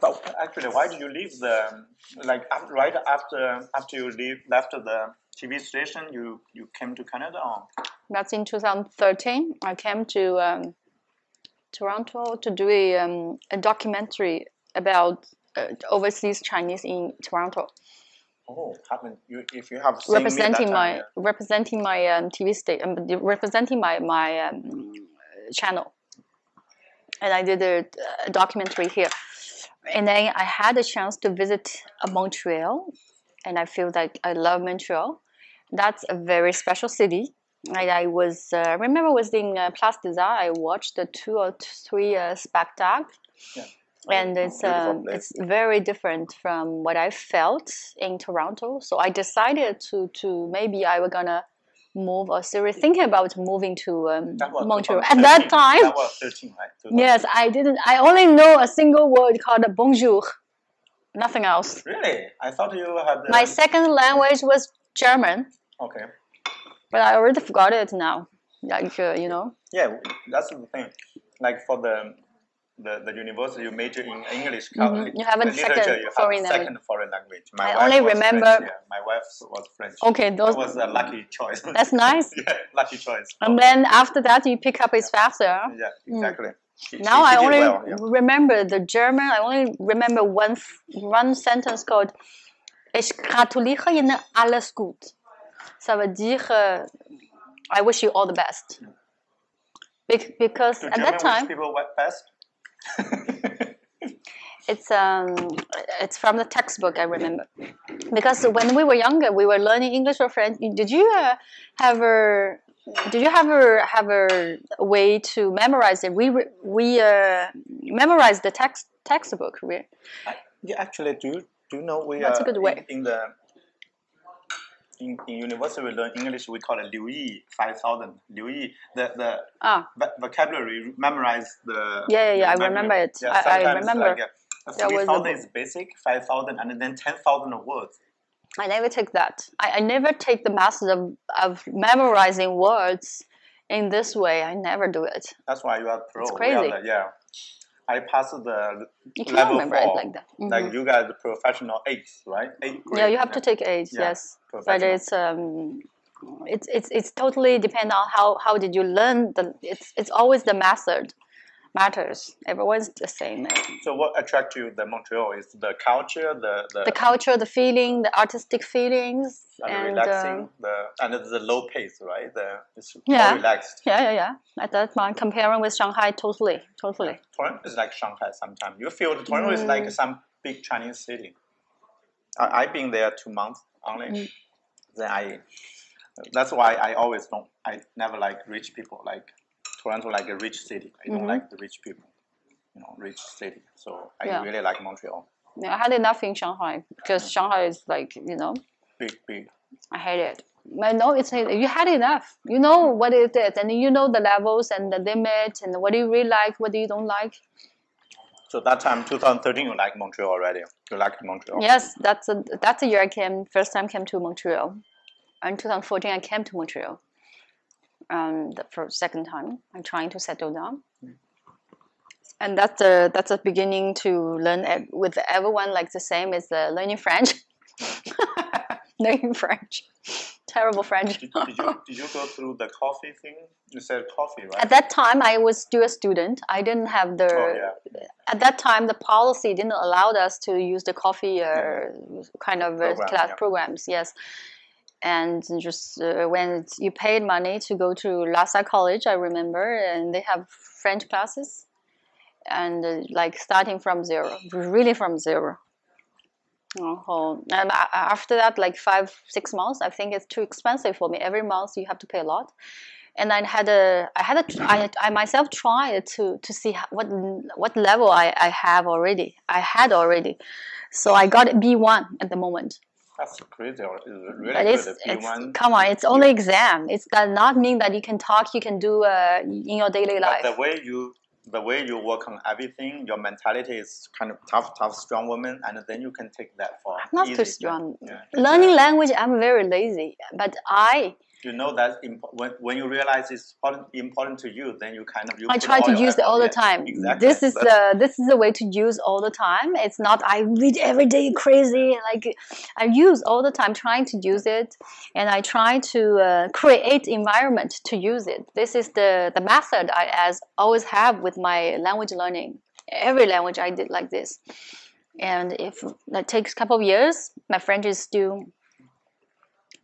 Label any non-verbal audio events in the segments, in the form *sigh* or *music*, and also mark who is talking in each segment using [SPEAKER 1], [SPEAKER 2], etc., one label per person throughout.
[SPEAKER 1] but actually, why did you leave the like af- right after after you leave left the TV station? You you came to Canada. Or?
[SPEAKER 2] That's in 2013. I came to um, Toronto to do a, um, a documentary about uh, overseas Chinese in Toronto,
[SPEAKER 1] Oh, haven't you? If you have seen me that
[SPEAKER 2] representing
[SPEAKER 1] time,
[SPEAKER 2] my
[SPEAKER 1] yeah.
[SPEAKER 2] representing my um, TV state, um, representing my my um, channel, and I did a, a documentary here, and then I had a chance to visit uh, Montreal, and I feel that I love Montreal. That's a very special city. And I was uh, I remember I was in uh, Place des Arts. I watched the two or three uh, spectacle,
[SPEAKER 1] Yeah.
[SPEAKER 2] and it's
[SPEAKER 3] Beautiful
[SPEAKER 2] um,
[SPEAKER 3] place.
[SPEAKER 2] it's very different from what I felt in Toronto. So I decided to to maybe I were gonna move or seriously thinking about moving to um,
[SPEAKER 1] That was
[SPEAKER 2] Montreal
[SPEAKER 1] 2013.
[SPEAKER 2] at that time.
[SPEAKER 1] That was thirteen, right?
[SPEAKER 2] Yes, I didn't. I only know a single word called bonjour, nothing else.
[SPEAKER 1] Really? I thought you had. uh,
[SPEAKER 2] My second language was German,
[SPEAKER 1] Okay.
[SPEAKER 2] but I already forgot it now. Like uh, you know,
[SPEAKER 1] Yeah, that's the thing. Like for the the, the university, you major Oh, in English. cul-
[SPEAKER 2] Mhm. You have a
[SPEAKER 1] Mm-hmm. literature,
[SPEAKER 2] second
[SPEAKER 1] you have
[SPEAKER 2] foreign language.
[SPEAKER 1] second foreign language. My
[SPEAKER 2] I
[SPEAKER 1] wife
[SPEAKER 2] only
[SPEAKER 1] was French,
[SPEAKER 2] remember-
[SPEAKER 1] yeah, my wife was French.
[SPEAKER 2] okay, those
[SPEAKER 1] That was a lucky choice.
[SPEAKER 2] that's nice.
[SPEAKER 1] *laughs* yeah, lucky choice.
[SPEAKER 2] And then after that, you pick up it faster.
[SPEAKER 1] yeah, exactly. She-
[SPEAKER 2] Hmm. now
[SPEAKER 1] she
[SPEAKER 2] I
[SPEAKER 1] did
[SPEAKER 2] only
[SPEAKER 1] well, yeah.
[SPEAKER 2] remember the German. I only remember one s- one sentence called "Ich gratuliere Ihnen alles gut." Ça veut dire euh, I wish you all the best. Bec- because
[SPEAKER 1] To
[SPEAKER 2] at
[SPEAKER 1] German
[SPEAKER 2] that
[SPEAKER 1] which
[SPEAKER 2] time,
[SPEAKER 1] people went best.
[SPEAKER 2] it's um it's from the textbook I remember. Because when we were younger, we were learning English or French. Did you uh, have a did you have a have a way to memorize it? We re- we uh, memorized the text textbook. We,
[SPEAKER 1] Yeah, actually, do you, do you know we
[SPEAKER 2] That's a
[SPEAKER 1] are
[SPEAKER 2] good
[SPEAKER 1] in-
[SPEAKER 2] way.
[SPEAKER 1] In, the in, in university we learn English. We call it Liu Yi five thousand. Liu Yi the the
[SPEAKER 2] ah,
[SPEAKER 1] vo- vocabulary memorize the.
[SPEAKER 2] Yeah, yeah, yeah,
[SPEAKER 1] the
[SPEAKER 2] I remember
[SPEAKER 1] language.
[SPEAKER 2] it. I- I
[SPEAKER 1] sometimes,
[SPEAKER 2] remember.
[SPEAKER 1] Like,
[SPEAKER 2] There was a
[SPEAKER 1] Three thousand
[SPEAKER 2] book.
[SPEAKER 1] is basic, five thousand, and then ten thousand words.
[SPEAKER 2] I never take that. I, I never take the method of, of memorizing words in this way. I never do it.
[SPEAKER 1] That's why you are pro. We are
[SPEAKER 2] crazy.
[SPEAKER 1] the- yeah, I passed the
[SPEAKER 2] You can't
[SPEAKER 1] Level
[SPEAKER 2] remember
[SPEAKER 1] four,
[SPEAKER 2] it like that. Mhm.
[SPEAKER 1] like you guys professional eighth, right? Eighth grade.
[SPEAKER 2] yeah, you have to take age.
[SPEAKER 1] Yeah.
[SPEAKER 2] Yes. but
[SPEAKER 1] professional.
[SPEAKER 2] it's um it's it's it's totally depend on how how did you learn the it's it's always the method matters everyone's the same
[SPEAKER 1] So what attracted you the Montreal is the culture, the the,
[SPEAKER 2] the culture the feeling the artistic feelings
[SPEAKER 1] and,
[SPEAKER 2] and
[SPEAKER 1] relaxing,
[SPEAKER 2] um,
[SPEAKER 1] the and it's the low pace, right? The it's more
[SPEAKER 2] Yeah.
[SPEAKER 1] relaxed.
[SPEAKER 2] yeah yeah yeah at that point comparing with shanghai totally totally
[SPEAKER 1] Toronto is like Shanghai sometimes. You feel Toronto
[SPEAKER 2] Mm-hmm.
[SPEAKER 1] is like some big Chinese city. I, I've been there two months only.
[SPEAKER 2] Mm.
[SPEAKER 1] Then I, that's why I always don't. I never like rich people. Like Toronto, like a rich city. I
[SPEAKER 2] Mm-hmm.
[SPEAKER 1] don't like the rich people. You know, rich city. So I
[SPEAKER 2] Yeah.
[SPEAKER 1] really like Montreal.
[SPEAKER 2] yeah, i had enough in shanghai because shanghai is like you know
[SPEAKER 1] Big, big.
[SPEAKER 2] I hate it. I know it's you had enough. You know what it is, and you know the levels and the limit, and what do you really like, what do you don't like.
[SPEAKER 1] So that time, 2013, you like Montreal already. You like Montreal.
[SPEAKER 2] Yes, that's a, that's the year I came first time came to Montreal. In 2014, I came to Montreal. Um, the first second time, I'm trying to settle down, and that's a that's a beginning to learn ev- with everyone like the same as uh, learning French, *laughs* learning French, terrible
[SPEAKER 1] *laughs*
[SPEAKER 2] French.
[SPEAKER 1] Did, did you did you go through the coffee thing? You said coffee, right?
[SPEAKER 2] at that time I was still a student. I didn't have the
[SPEAKER 1] oh yeah.
[SPEAKER 2] at that time the policy didn't allow us to use the coffee uh,
[SPEAKER 1] Mm.
[SPEAKER 2] kind of uh
[SPEAKER 1] Program,
[SPEAKER 2] class
[SPEAKER 1] yeah.
[SPEAKER 2] programs. Yes. And just uh, when it's- you paid money to go to Lhasa College, I remember, and they have French classes, and uh, like starting from zero, really from zero. Oh, and a- a- after that, like five, six months, I think it's too expensive for me. Every month you have to pay a lot, and I had a, I had a, tr- I, I myself tried to to see ho- what n- what level I I have already. I had already, so I got B one at the moment.
[SPEAKER 1] That's crazy. It's really
[SPEAKER 2] But it's,
[SPEAKER 1] good. If you
[SPEAKER 2] it's
[SPEAKER 1] want-
[SPEAKER 2] come on, it's only exam. It's does not mean that you can talk, you can do uh, in your daily
[SPEAKER 1] But
[SPEAKER 2] life.
[SPEAKER 1] the way you the way you work on everything, your mentality is kind of tough, tough, strong woman, and then you can take that for
[SPEAKER 2] not
[SPEAKER 1] easy
[SPEAKER 2] too
[SPEAKER 1] job.
[SPEAKER 2] strong.
[SPEAKER 1] Yeah.
[SPEAKER 2] Learning language, I'm very lazy, but I
[SPEAKER 1] you know that imp- when, when you realize it's important, important to you, then you kind of you
[SPEAKER 2] I
[SPEAKER 1] put
[SPEAKER 2] try to
[SPEAKER 1] all your
[SPEAKER 2] use it
[SPEAKER 1] effort.
[SPEAKER 2] all the
[SPEAKER 1] Yes,
[SPEAKER 2] time.
[SPEAKER 1] Exactly.
[SPEAKER 2] This is
[SPEAKER 1] That's-
[SPEAKER 2] the this is the way to use all the time. It's not I read every day crazy. Like I use all the time, trying to use it, and I try to uh, create environment to use it. This is the the method I as always have with my language learning. Every language I did like this, and if that takes a couple of years, my French is still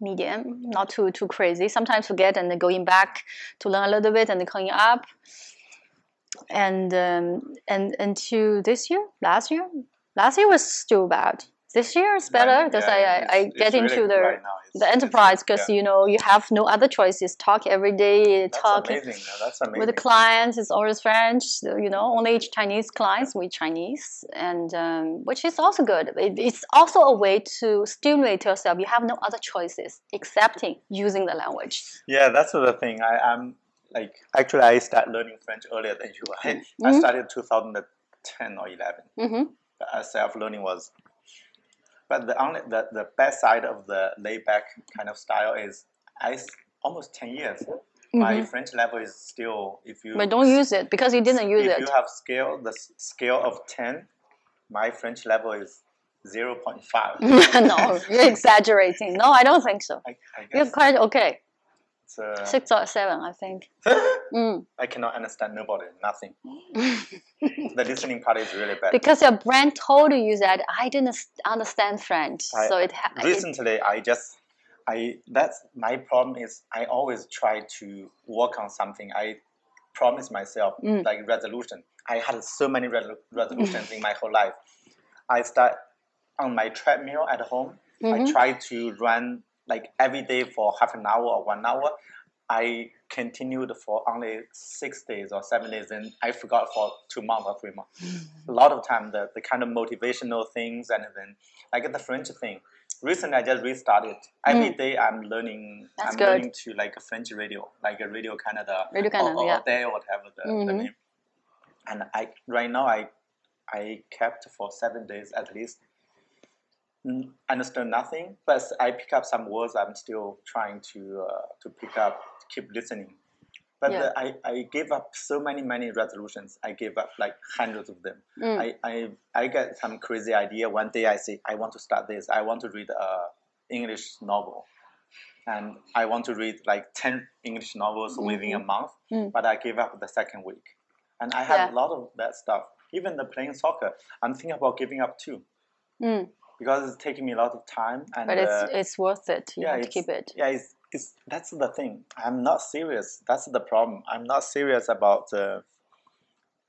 [SPEAKER 2] medium, not too too crazy. Sometimes forget and then going back to learn a little bit and then coming up. And um, and until this year, last year, last year was still bad. This year is better because
[SPEAKER 1] yeah, yeah,
[SPEAKER 2] I, I, I
[SPEAKER 1] it's-
[SPEAKER 2] get
[SPEAKER 1] it's really
[SPEAKER 2] into
[SPEAKER 1] good
[SPEAKER 2] the
[SPEAKER 1] right now. It's-
[SPEAKER 2] the
[SPEAKER 1] it's-
[SPEAKER 2] enterprise because
[SPEAKER 1] yeah.
[SPEAKER 2] you know you have no other choices. Talk every day,
[SPEAKER 1] That's
[SPEAKER 2] talk
[SPEAKER 1] amazing. yeah, That's amazing.
[SPEAKER 2] with the clients. It's always French, so, you know. Only Chinese clients with Chinese, and um, which is also good. It, it's also a way to stimulate yourself. You have no other choices excepting using the language.
[SPEAKER 1] Yeah, that's the thing. I, I'm like actually I started learning French earlier than you. I, I
[SPEAKER 2] Mhm.
[SPEAKER 1] started 2010 or 11.
[SPEAKER 2] hmm
[SPEAKER 1] Uh, Self learning was, but the only the, the best side of the laid back kind of style is I s- almost 10 years. My French level is still if you
[SPEAKER 2] Mm-hmm. But don't use it because you didn't use
[SPEAKER 1] if
[SPEAKER 2] it.
[SPEAKER 1] you have scale the s- scale of 10, my French level is 0.5.
[SPEAKER 2] *laughs* no, you're exaggerating. No, I don't think so.
[SPEAKER 1] I, I
[SPEAKER 2] You're
[SPEAKER 1] guess
[SPEAKER 2] quite okay.
[SPEAKER 1] it's, uh,
[SPEAKER 2] Six or seven, I think. Mm.
[SPEAKER 1] *laughs* I cannot understand nobody,
[SPEAKER 2] *laughs*
[SPEAKER 1] nothing. the listening part is really bad.
[SPEAKER 2] Because your brain told you that I didn't s- understand French,
[SPEAKER 1] I-
[SPEAKER 2] so it, ha- it
[SPEAKER 1] recently i just i that's my problem is i always try to work on something i promise myself
[SPEAKER 2] Mm.
[SPEAKER 1] like resolution i had so many resol- resolutions in my whole life i start on my treadmill at home i
[SPEAKER 2] Mhm.
[SPEAKER 1] try to run like every day for half an hour or one hour i continued for only six days or seven days and i forgot for two months or three months a lot of time the, the kind of motivational things and then like the French thing. Recently, I just restarted. Every day I'm learning.
[SPEAKER 2] Mm. That's
[SPEAKER 1] I'm
[SPEAKER 2] good.
[SPEAKER 1] learning to like a French radio, like a Radio Canada,
[SPEAKER 2] Radio Canada,
[SPEAKER 1] or, or
[SPEAKER 2] yeah.
[SPEAKER 1] Day or Oh, whatever the, the
[SPEAKER 2] Mhm.
[SPEAKER 1] name. And I right now I I kept for seven days at least. Mm, Understand nothing, but I pick up some words. I'm still trying to uh, to pick up, keep listening. But
[SPEAKER 2] Yeah.
[SPEAKER 1] the, I, I gave up so many many resolutions. I gave up like hundreds of them.
[SPEAKER 2] Mm.
[SPEAKER 1] I, I I get some crazy idea. One day I say I want to start this. I want to read a English novel, and I want to read like ten English novels within a month.
[SPEAKER 2] Mm.
[SPEAKER 1] But I gave up the second week, and I have
[SPEAKER 2] Yeah.
[SPEAKER 1] a lot of that stuff. Even the playing soccer, I'm thinking about giving up too
[SPEAKER 2] Mm.
[SPEAKER 1] because it's taking me a lot of time. And
[SPEAKER 2] but
[SPEAKER 1] uh,
[SPEAKER 2] it's it's worth it. You have to
[SPEAKER 1] it's-
[SPEAKER 2] keep it.
[SPEAKER 1] Yeah, it's, it's that's the thing. I'm not serious. That's the problem. I'm not serious about uh,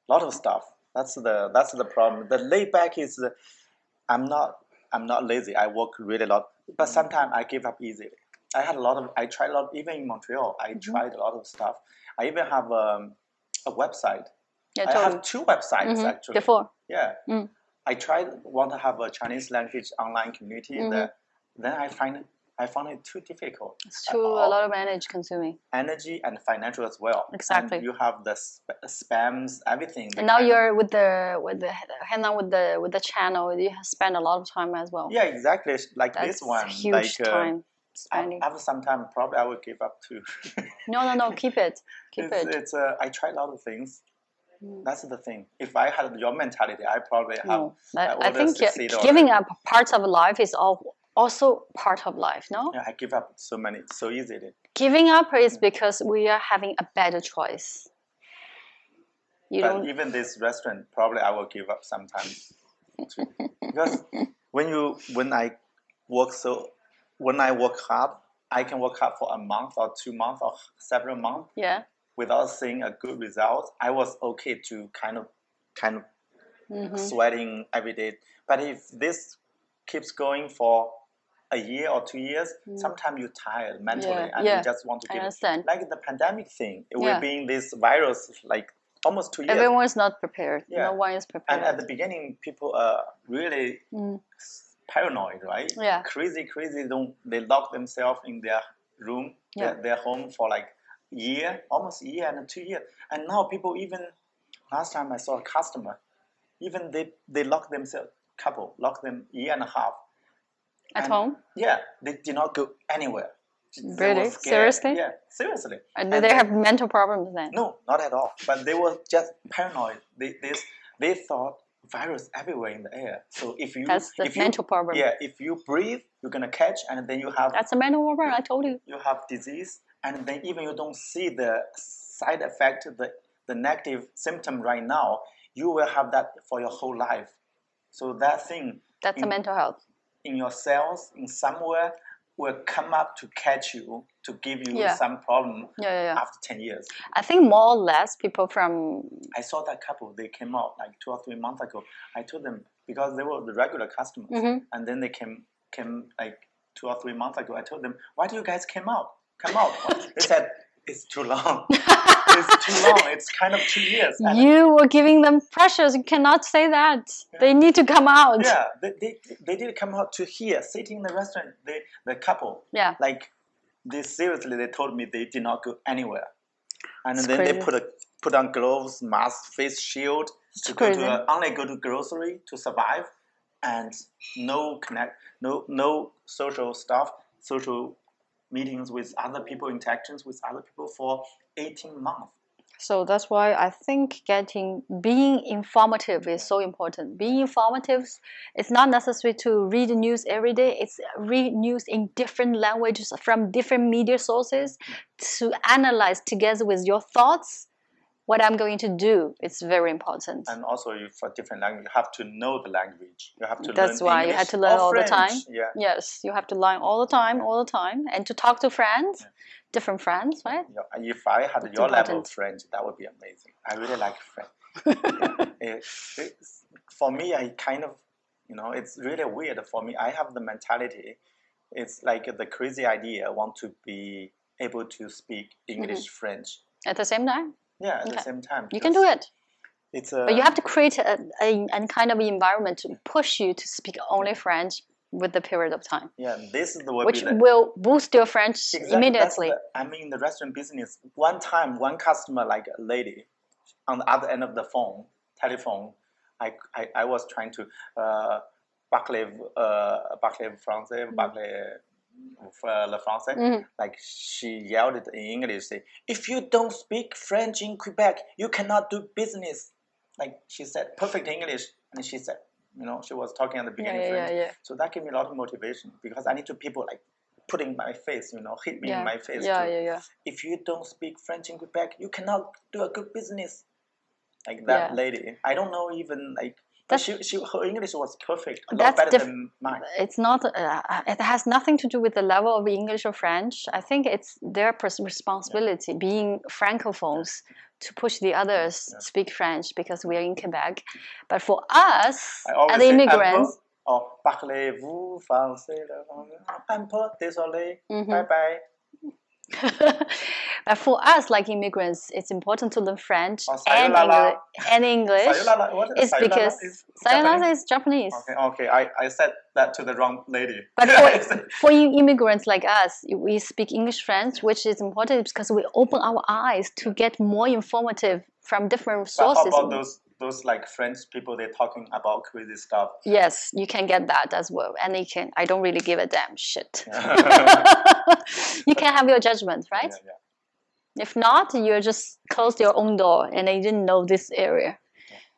[SPEAKER 1] a lot of stuff. That's the that's the problem. The laid back is uh, I'm not I'm not lazy. I work really a lot, but sometimes I give up easily. I had a lot of I tried a lot even in Montreal. I tried a lot of stuff. I even have um, a website.
[SPEAKER 2] Yeah,
[SPEAKER 1] I
[SPEAKER 2] totally.
[SPEAKER 1] have two websites
[SPEAKER 2] Mhm.
[SPEAKER 1] actually.
[SPEAKER 2] Before,
[SPEAKER 1] Yeah.
[SPEAKER 2] Mm.
[SPEAKER 1] I tried want to have a Chinese language online community
[SPEAKER 2] Mhm.
[SPEAKER 1] there. Then I find it, I found it too difficult.
[SPEAKER 2] it's too a
[SPEAKER 1] all-
[SPEAKER 2] lot of energy consuming.
[SPEAKER 1] Energy and financial as well. And
[SPEAKER 2] Exactly.
[SPEAKER 1] you have the sp- spams, everything.
[SPEAKER 2] And now
[SPEAKER 1] kind of-
[SPEAKER 2] you're with the with the hang on with the with the channel. You have spent a lot of time as well.
[SPEAKER 1] yeah, exactly. It's Like
[SPEAKER 2] That's
[SPEAKER 1] this one,
[SPEAKER 2] huge
[SPEAKER 1] like uh,
[SPEAKER 2] time
[SPEAKER 1] af-
[SPEAKER 2] spending.
[SPEAKER 1] after some time, probably I will give up too.
[SPEAKER 2] no, no,
[SPEAKER 1] *laughs*
[SPEAKER 2] no. Keep it. Keep
[SPEAKER 1] it's,
[SPEAKER 2] it.
[SPEAKER 1] it's uh, I tried a lot of things.
[SPEAKER 2] Mm.
[SPEAKER 1] That's the thing. If I had your mentality, I probably have.
[SPEAKER 2] No, I,
[SPEAKER 1] um, I
[SPEAKER 2] I
[SPEAKER 1] order
[SPEAKER 2] think yeah,
[SPEAKER 1] succeed
[SPEAKER 2] giving
[SPEAKER 1] already.
[SPEAKER 2] up parts of life is all, also part of life. No,
[SPEAKER 1] Yeah, I give up so many so easily.
[SPEAKER 2] giving up is because we are having a better choice. You
[SPEAKER 1] but
[SPEAKER 2] don't.
[SPEAKER 1] even this restaurant probably i will give up sometimes too. because when you when i work so when i work hard i can work hard for a month or two months or several months
[SPEAKER 2] yeah.
[SPEAKER 1] without seeing a good result i was okay to kind of kind of
[SPEAKER 2] hmm
[SPEAKER 1] sweating every day but if this keeps going for a year or two years sometimes you're tired mentally
[SPEAKER 2] Mm. Yeah,
[SPEAKER 1] and
[SPEAKER 2] yeah.
[SPEAKER 1] you just want to
[SPEAKER 2] I
[SPEAKER 1] give
[SPEAKER 2] understand.
[SPEAKER 1] like the pandemic thing it
[SPEAKER 2] Yeah.
[SPEAKER 1] will be in this virus like almost two years
[SPEAKER 2] Everyone's not prepared.
[SPEAKER 1] Yeah.
[SPEAKER 2] No one is
[SPEAKER 1] and at
[SPEAKER 2] prepared.
[SPEAKER 1] the beginning, people are really
[SPEAKER 2] Mm.
[SPEAKER 1] paranoid, right?
[SPEAKER 2] Yeah.
[SPEAKER 1] Crazy, crazy. Don't they lock themselves in their room,
[SPEAKER 2] Yeah.
[SPEAKER 1] their, their home for like year, almost year and two years. And now people even last time I saw a customer, even they they lock themselves couple lock them year and a half
[SPEAKER 2] At
[SPEAKER 1] and-
[SPEAKER 2] home?
[SPEAKER 1] Yeah, they did not go anywhere. They were
[SPEAKER 2] Really?
[SPEAKER 1] scared.
[SPEAKER 2] Seriously?
[SPEAKER 1] Yeah, seriously.
[SPEAKER 2] And
[SPEAKER 1] And
[SPEAKER 2] do they
[SPEAKER 1] then-
[SPEAKER 2] have mental problems then?
[SPEAKER 1] No, not at all. But they were just paranoid. They they, they thought virus everywhere in the air. So if you
[SPEAKER 2] That's the
[SPEAKER 1] if you-
[SPEAKER 2] mental problem.
[SPEAKER 1] yeah, if you breathe, you're gonna catch, and then you have
[SPEAKER 2] That's a mental problem. I told you.
[SPEAKER 1] you have disease, and then even you don't see the side effect, the the negative symptom right now, you will have that for your whole life. So that thing
[SPEAKER 2] That's a
[SPEAKER 1] Mm.
[SPEAKER 2] mental health.
[SPEAKER 1] in your cells, in somewhere, will come up to catch you to give you
[SPEAKER 2] Yeah.
[SPEAKER 1] some problem
[SPEAKER 2] Yeah, yeah, yeah.
[SPEAKER 1] after ten years.
[SPEAKER 2] I think more or less people from
[SPEAKER 1] I saw that couple. They came out like two or three months ago. I told them because they were the regular customers,
[SPEAKER 2] Mhm.
[SPEAKER 1] and then they came came like two or three months ago. I told them, "Why do you guys came out? Come out!" they said, "It's too long. it's too long. It's kind of two years." And
[SPEAKER 2] you were giving them pressures. You cannot say that. They need to come out.
[SPEAKER 1] yeah, they, they they did come out to here, sitting in the restaurant. They the couple
[SPEAKER 2] Yeah.
[SPEAKER 1] like they seriously they told me they did not go anywhere, and
[SPEAKER 2] It's
[SPEAKER 1] then they
[SPEAKER 2] crazy.
[SPEAKER 1] put a put on gloves, mask, face shield, to go
[SPEAKER 2] crazy.
[SPEAKER 1] to a, only go to grocery to survive, and no connect, no no social stuff, social meetings with other people, interactions with other people for eighteen months.
[SPEAKER 2] So that's why I think getting being informative is so important. Being informative, it's not necessary to read news every day. It's read news in different languages from different media sources to analyze together with your thoughts what I'm going to do. It's very important.
[SPEAKER 1] And also, you for different language, you have to know the language. You have to.
[SPEAKER 2] That's
[SPEAKER 1] learn
[SPEAKER 2] why you
[SPEAKER 1] English
[SPEAKER 2] had to learn
[SPEAKER 1] or
[SPEAKER 2] all the
[SPEAKER 1] French.
[SPEAKER 2] time.
[SPEAKER 1] Yeah.
[SPEAKER 2] Yes, you have to learn all the time, all the time, and to talk to friends,
[SPEAKER 1] Yeah.
[SPEAKER 2] different friends, right?
[SPEAKER 1] Yeah, and if I had
[SPEAKER 2] It's
[SPEAKER 1] your level
[SPEAKER 2] important.
[SPEAKER 1] of French, that would be amazing. I really like
[SPEAKER 2] *laughs*
[SPEAKER 1] French. Yeah. It- it's- for me, I kind of, you know, it's really weird for me. I have the mentality, it's like the crazy idea, I want to be able to speak English, French.
[SPEAKER 2] At the same time,
[SPEAKER 1] Yeah, at the
[SPEAKER 2] Okay.
[SPEAKER 1] same time.
[SPEAKER 2] Mm-hmm. you can do it.
[SPEAKER 1] It's a,
[SPEAKER 2] But you have to create a, a, an kind of environment to push you to speak only French with the period of time,
[SPEAKER 1] yeah, this is the would
[SPEAKER 2] which
[SPEAKER 1] be the,
[SPEAKER 2] will boost your French
[SPEAKER 1] Exactly, that's
[SPEAKER 2] immediately.
[SPEAKER 1] the- I mean, in the restaurant business, one time, one customer, like a lady, on the other end of the phone, telephone, I, I, I was trying to uh, parler, uh, parler français,
[SPEAKER 2] Mm-hmm.
[SPEAKER 1] parler uh, le français.
[SPEAKER 2] Mhm.
[SPEAKER 1] Like she yelled it in English, say, "If you don't speak French in Quebec, you cannot do business." Like she said, perfect English, and she said, you know, she was talking at the
[SPEAKER 2] Yeah,
[SPEAKER 1] beginning
[SPEAKER 2] yeah,
[SPEAKER 1] French.
[SPEAKER 2] yeah, yeah.
[SPEAKER 1] So that gave me a lot of motivation because I need to people like putting my face, you know, hit me
[SPEAKER 2] Yeah.
[SPEAKER 1] in my face.
[SPEAKER 2] Yeah,
[SPEAKER 1] to,
[SPEAKER 2] yeah, yeah.
[SPEAKER 1] If you don't speak French in Quebec, you cannot do a good business. Like that
[SPEAKER 2] Yeah.
[SPEAKER 1] lady, I don't know even like. But she, she, her English was perfect, a lot
[SPEAKER 2] That's
[SPEAKER 1] better
[SPEAKER 2] diff-
[SPEAKER 1] than mine.
[SPEAKER 2] It's not. Uh, it has nothing to do with the level of English or French. I think it's their pers- responsibility, being francophones, to push the others
[SPEAKER 1] Yeah.
[SPEAKER 2] speak French because we are in Quebec. But for us,
[SPEAKER 1] I always
[SPEAKER 2] as
[SPEAKER 1] say,
[SPEAKER 2] immigrants,
[SPEAKER 1] "Un peu," or parlez-vous français? là, Un peu, désolé,
[SPEAKER 2] Mhm.
[SPEAKER 1] bye bye.
[SPEAKER 2] but for us, like immigrants, it's important to learn French
[SPEAKER 1] Oh,
[SPEAKER 2] and,
[SPEAKER 1] sayonara.
[SPEAKER 2] Engli- and English.
[SPEAKER 1] Sayonara, what is
[SPEAKER 2] It's
[SPEAKER 1] sayonara?
[SPEAKER 2] because
[SPEAKER 1] Is
[SPEAKER 2] sayonara
[SPEAKER 1] Japanese?
[SPEAKER 2] is Japanese.
[SPEAKER 1] Okay, okay, I, I said that to the wrong lady. *laughs*
[SPEAKER 2] But for, for you immigrants like us, we speak English French, which is important because we open our eyes to get more informative from different
[SPEAKER 1] But
[SPEAKER 2] sources.
[SPEAKER 1] How about those those like French people? They're talking about crazy stuff.
[SPEAKER 2] Yes, you can get that as well, and you can. I don't really give a damn
[SPEAKER 1] *laughs*
[SPEAKER 2] shit. *laughs*
[SPEAKER 1] Yeah,
[SPEAKER 2] you can have your judgment, right?
[SPEAKER 1] yeah.
[SPEAKER 2] If not, you just closed your own door and you didn't know this area.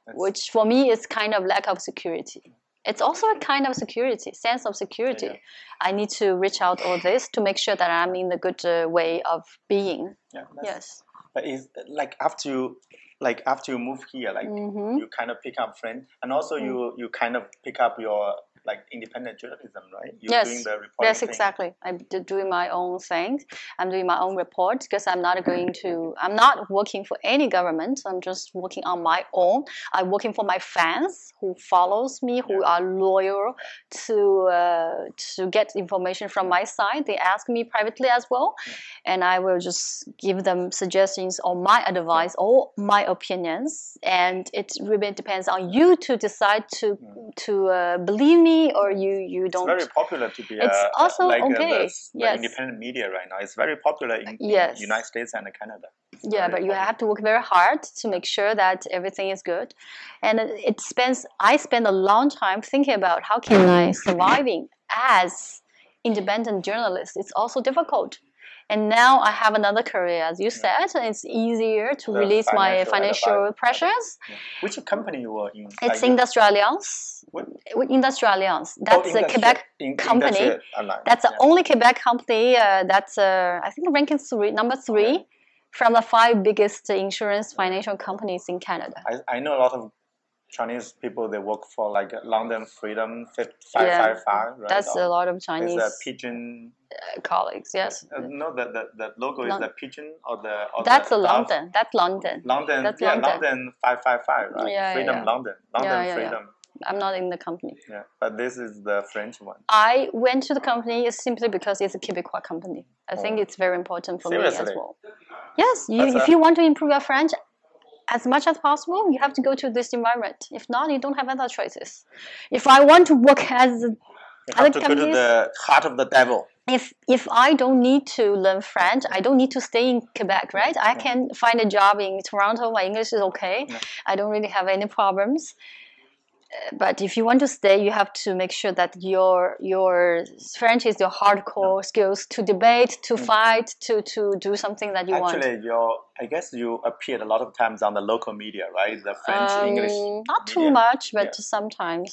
[SPEAKER 1] That's-
[SPEAKER 2] which for me is kind of lack of security. It's also a kind of security, sense of security.
[SPEAKER 1] yeah.
[SPEAKER 2] I need to reach out all this to make sure that I'm in the good uh, way of being.
[SPEAKER 1] yeah, that's-
[SPEAKER 2] Yes.
[SPEAKER 1] But is like after you like after you move here, like
[SPEAKER 2] hmm
[SPEAKER 1] you kind of pick up French, and also
[SPEAKER 2] Mm-hmm.
[SPEAKER 1] you you kind of pick up your like independent journalism, right? You're
[SPEAKER 2] Yes.
[SPEAKER 1] doing the reporting.
[SPEAKER 2] Yes,
[SPEAKER 1] thing.
[SPEAKER 2] exactly. I'm d- doing my own thing. I'm doing my own report because I'm not going to. I'm not working for any government. I'm just working on my own. I'm working for my fans who follows me, who are loyal to uh, to get information from my side. They ask me privately as well, and I will just give them suggestions or my advice or my opinions. And it really depends on you to decide to to uh, believe me or you you
[SPEAKER 1] It's
[SPEAKER 2] don't.
[SPEAKER 1] very popular to be.
[SPEAKER 2] It's
[SPEAKER 1] a,
[SPEAKER 2] also
[SPEAKER 1] like A,
[SPEAKER 2] okay,
[SPEAKER 1] the s- the
[SPEAKER 2] yes.
[SPEAKER 1] independent media right now. It's very popular in, in
[SPEAKER 2] Yes.
[SPEAKER 1] United States and Canada.
[SPEAKER 2] yeah
[SPEAKER 1] very
[SPEAKER 2] but you
[SPEAKER 1] important.
[SPEAKER 2] have to work very hard to make sure that everything is good and it it spends i spend a long time thinking about how can i surviving as independent journalist, it's also difficult. And now I have another career, as you said, and it's easier to
[SPEAKER 1] The
[SPEAKER 2] release my
[SPEAKER 1] financial
[SPEAKER 2] financial
[SPEAKER 1] advisor.
[SPEAKER 2] pressures.
[SPEAKER 1] Which company you were in?
[SPEAKER 2] It's
[SPEAKER 1] Like,
[SPEAKER 2] Industry Alliance.
[SPEAKER 1] what-
[SPEAKER 2] Industry Alliance.
[SPEAKER 1] oh,
[SPEAKER 2] That's a
[SPEAKER 1] industrial-
[SPEAKER 2] Quebec.
[SPEAKER 1] in-
[SPEAKER 2] company.
[SPEAKER 1] industrial alliance,
[SPEAKER 2] That's the
[SPEAKER 1] yeah.
[SPEAKER 2] only Quebec company uh, that's uh, I think ranking three, number three, from the five biggest insurance financial companies in Canada.
[SPEAKER 1] I, I know a lot of Chinese people. They work for like London Freedom Five
[SPEAKER 2] Yeah,
[SPEAKER 1] Five Five. Right?
[SPEAKER 2] That's a
[SPEAKER 1] Or
[SPEAKER 2] lot of
[SPEAKER 1] It's
[SPEAKER 2] Chinese uh,
[SPEAKER 1] a pigeon.
[SPEAKER 2] colleagues. Yes,
[SPEAKER 1] Uh, no, the, the, the logo is
[SPEAKER 2] Lon-
[SPEAKER 1] the pigeon or the. Or
[SPEAKER 2] that's
[SPEAKER 1] the
[SPEAKER 2] a
[SPEAKER 1] dove.
[SPEAKER 2] London. That's London.
[SPEAKER 1] London,
[SPEAKER 2] That's
[SPEAKER 1] yeah,
[SPEAKER 2] London.
[SPEAKER 1] London. five five five, right?
[SPEAKER 2] Yeah,
[SPEAKER 1] freedom
[SPEAKER 2] yeah.
[SPEAKER 1] London, London
[SPEAKER 2] Yeah, yeah, yeah.
[SPEAKER 1] freedom.
[SPEAKER 2] I'm not in the company.
[SPEAKER 1] Yeah. but this is the French one.
[SPEAKER 2] I went to the company simply because it's a Quebecois company. I think
[SPEAKER 1] Oh.
[SPEAKER 2] it's very important for me as
[SPEAKER 1] Seriously?
[SPEAKER 2] well. Yes, you,
[SPEAKER 1] That's
[SPEAKER 2] if
[SPEAKER 1] a-
[SPEAKER 2] you want to improve your French as much as possible, you have to go to this environment. If not, you don't have other choices. If I want to work as a
[SPEAKER 1] You
[SPEAKER 2] Other
[SPEAKER 1] have to go to
[SPEAKER 2] companies-
[SPEAKER 1] the heart of the devil.
[SPEAKER 2] if if I don't need to learn French, I don't need to stay in Quebec, right? I can find a job in Toronto. My English is okay.
[SPEAKER 1] Yeah.
[SPEAKER 2] I don't really have any problems. Uh, But if you want to stay, you have to make sure that your your French is your hardcore skills to debate, to fight, to to do something that you want.
[SPEAKER 1] Mm. Actually, you're, I guess you appeared a lot of times on the local media, right? The French, English.
[SPEAKER 2] Um, not too
[SPEAKER 1] media.
[SPEAKER 2] much, but
[SPEAKER 1] Yeah.
[SPEAKER 2] sometimes,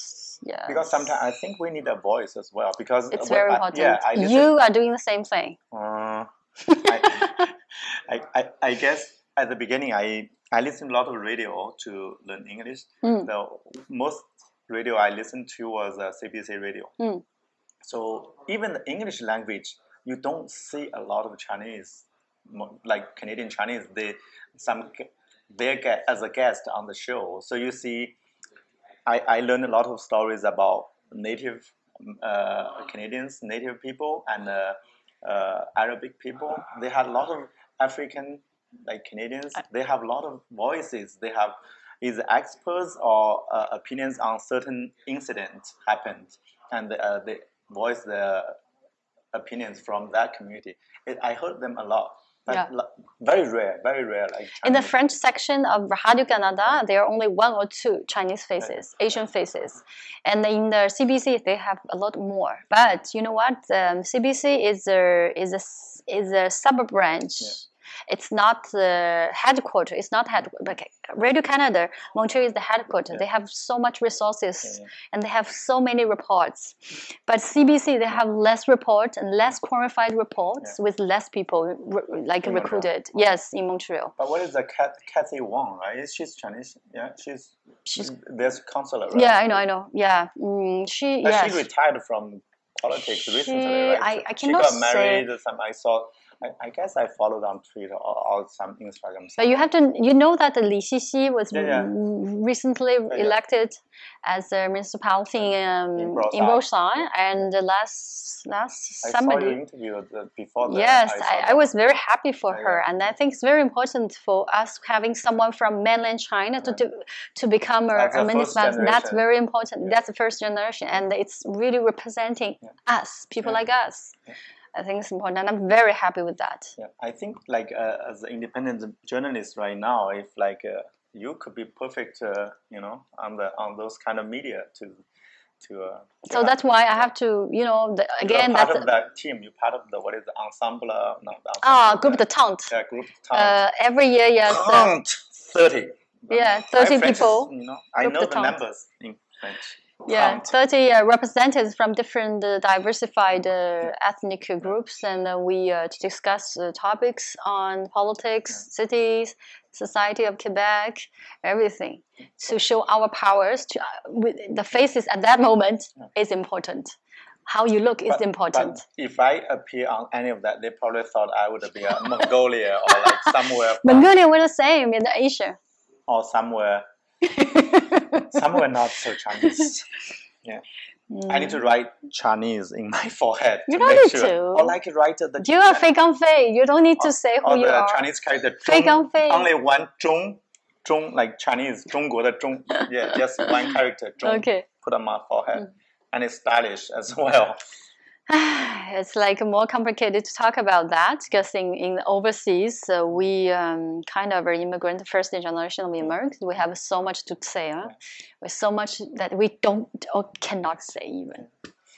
[SPEAKER 2] yeah.
[SPEAKER 1] Because sometimes I think we need a voice as well. Because
[SPEAKER 2] it's
[SPEAKER 1] when
[SPEAKER 2] very
[SPEAKER 1] I-
[SPEAKER 2] important.
[SPEAKER 1] Yeah, I listen-
[SPEAKER 2] you are doing the same thing.
[SPEAKER 1] Uh, I, I, I, I guess at the beginning I, I listened a lot of radio to learn English.
[SPEAKER 2] Mm.
[SPEAKER 1] The most radio I listened to was uh, CBC radio.
[SPEAKER 2] Mm.
[SPEAKER 1] So even the English language, you don't see a lot of Chinese, mo- like Canadian Chinese. They some g- they get as a guest on the show. So you see, I, I learned a lot of stories about native uh, Canadians, native people, and uh, uh, Arabic people. They had a lot of African, like Canadians. They have a lot of voices. They have either experts or uh, opinions on certain incident happened, and uh, they voice their opinions from that community. It, I heard them a lot. But
[SPEAKER 2] Yeah.
[SPEAKER 1] lo- very rare, very rare. Like
[SPEAKER 2] In the
[SPEAKER 1] Chinese.
[SPEAKER 2] French section of Radio Canada, there are only one or two Chinese faces, Asian faces. And in the CBC, they have a lot more. But you know what? Um, CBC is a, is a, s- is a sub branch. It's not the headquarter. It's not headquarter. Radio Canada, Montreal is the headquarter.
[SPEAKER 1] Yeah.
[SPEAKER 2] They have so much resources
[SPEAKER 1] Yeah, yeah.
[SPEAKER 2] and they have so many reports. But CBC, they have less reports and less qualified reports with less people re- like
[SPEAKER 1] In Montreal.
[SPEAKER 2] recruited. Yes, in Montreal.
[SPEAKER 1] But what is the Cat, Cathy Wong, right? She's Chinese. Yeah, she's
[SPEAKER 2] She's-
[SPEAKER 1] there's consular, right?
[SPEAKER 2] Yeah, I know, I know. Yeah, mm, she.
[SPEAKER 1] But
[SPEAKER 2] yes.
[SPEAKER 1] she retired from politics
[SPEAKER 2] She-
[SPEAKER 1] recently, right?
[SPEAKER 2] I- I
[SPEAKER 1] She
[SPEAKER 2] cannot
[SPEAKER 1] got married. Some I saw. I, I guess I followed on Twitter or, or some Instagram.
[SPEAKER 2] but you have to, you know that the Li Xixi was
[SPEAKER 1] Yeah, yeah.
[SPEAKER 2] mm, recently
[SPEAKER 1] yeah.
[SPEAKER 2] elected as a municipality in, um,
[SPEAKER 1] In Brossard.
[SPEAKER 2] in Brossard, and the last last
[SPEAKER 1] I
[SPEAKER 2] summer.
[SPEAKER 1] saw your interview the, before. The,
[SPEAKER 2] Yes,
[SPEAKER 1] saw
[SPEAKER 2] I, I
[SPEAKER 1] that.
[SPEAKER 2] was very happy for
[SPEAKER 1] Yeah,
[SPEAKER 2] her, and I think it's very important for us having someone from mainland China to to, to become a,
[SPEAKER 1] That's
[SPEAKER 2] a
[SPEAKER 1] the first
[SPEAKER 2] municipality. That's
[SPEAKER 1] generation.
[SPEAKER 2] very important. That's the first generation, and it's really representing us, people
[SPEAKER 1] Yeah.
[SPEAKER 2] like us. I think it's important, and I'm very happy with that.
[SPEAKER 1] Yeah, I think like uh, as an independent journalist right now, if like uh, you could be perfect, uh, you know, on the on those kind of media to to. Uh,
[SPEAKER 2] So that's why I have to, you know, the, again,
[SPEAKER 1] you're part
[SPEAKER 2] that's
[SPEAKER 1] of that team. You're part of the what is the ensemble? uh, No, the ensemble,
[SPEAKER 2] ah group
[SPEAKER 1] the,
[SPEAKER 2] the taunt.
[SPEAKER 1] yeah, Oh, group talent.
[SPEAKER 2] Uh, every year, yes, uh,
[SPEAKER 1] Count thirty.
[SPEAKER 2] yeah,
[SPEAKER 1] My
[SPEAKER 2] 30
[SPEAKER 1] French is,
[SPEAKER 2] people.
[SPEAKER 1] you know, I
[SPEAKER 2] group
[SPEAKER 1] know
[SPEAKER 2] the
[SPEAKER 1] the,
[SPEAKER 2] talent.
[SPEAKER 1] numbers in French.
[SPEAKER 2] yeah,
[SPEAKER 1] Count.
[SPEAKER 2] 30 uh, representatives from different uh, diversified uh, ethnic uh, groups, and uh, we uh, to discuss uh, topics on politics, cities, society of Quebec, everything to show our powers. To uh, with the faces at that moment is important. How you look is
[SPEAKER 1] But-
[SPEAKER 2] important.
[SPEAKER 1] But if I appear on any of that, they probably thought I would be a *laughs* Mongolia or like somewhere from,
[SPEAKER 2] Mongolia were the same in Asia.
[SPEAKER 1] or
[SPEAKER 2] *laughs*
[SPEAKER 1] somewhere somewhere not so Chinese. Yeah, I need to write Chinese in my *laughs* forehead
[SPEAKER 2] Hmm. You
[SPEAKER 1] to
[SPEAKER 2] don't
[SPEAKER 1] make
[SPEAKER 2] need
[SPEAKER 1] sure,
[SPEAKER 2] to.
[SPEAKER 1] or like write the
[SPEAKER 2] You are fei gang fei. You don't need to say who
[SPEAKER 1] or
[SPEAKER 2] you
[SPEAKER 1] the
[SPEAKER 2] are.
[SPEAKER 1] Chinese character
[SPEAKER 2] Fei
[SPEAKER 1] Zhong,
[SPEAKER 2] Gangfei.
[SPEAKER 1] only one Zhong, Zhong like Chinese
[SPEAKER 2] *laughs*
[SPEAKER 1] 中国的中, yeah, just one character Zhong.
[SPEAKER 2] Okay. *sighs* Mm.
[SPEAKER 1] Put on my forehead, and it's stylish as well.
[SPEAKER 2] it's like more complicated to talk about that because in, in overseas uh, we um, kind of are immigrant first generation of immigrants we have so much to say huh? with so much that we don't or cannot say even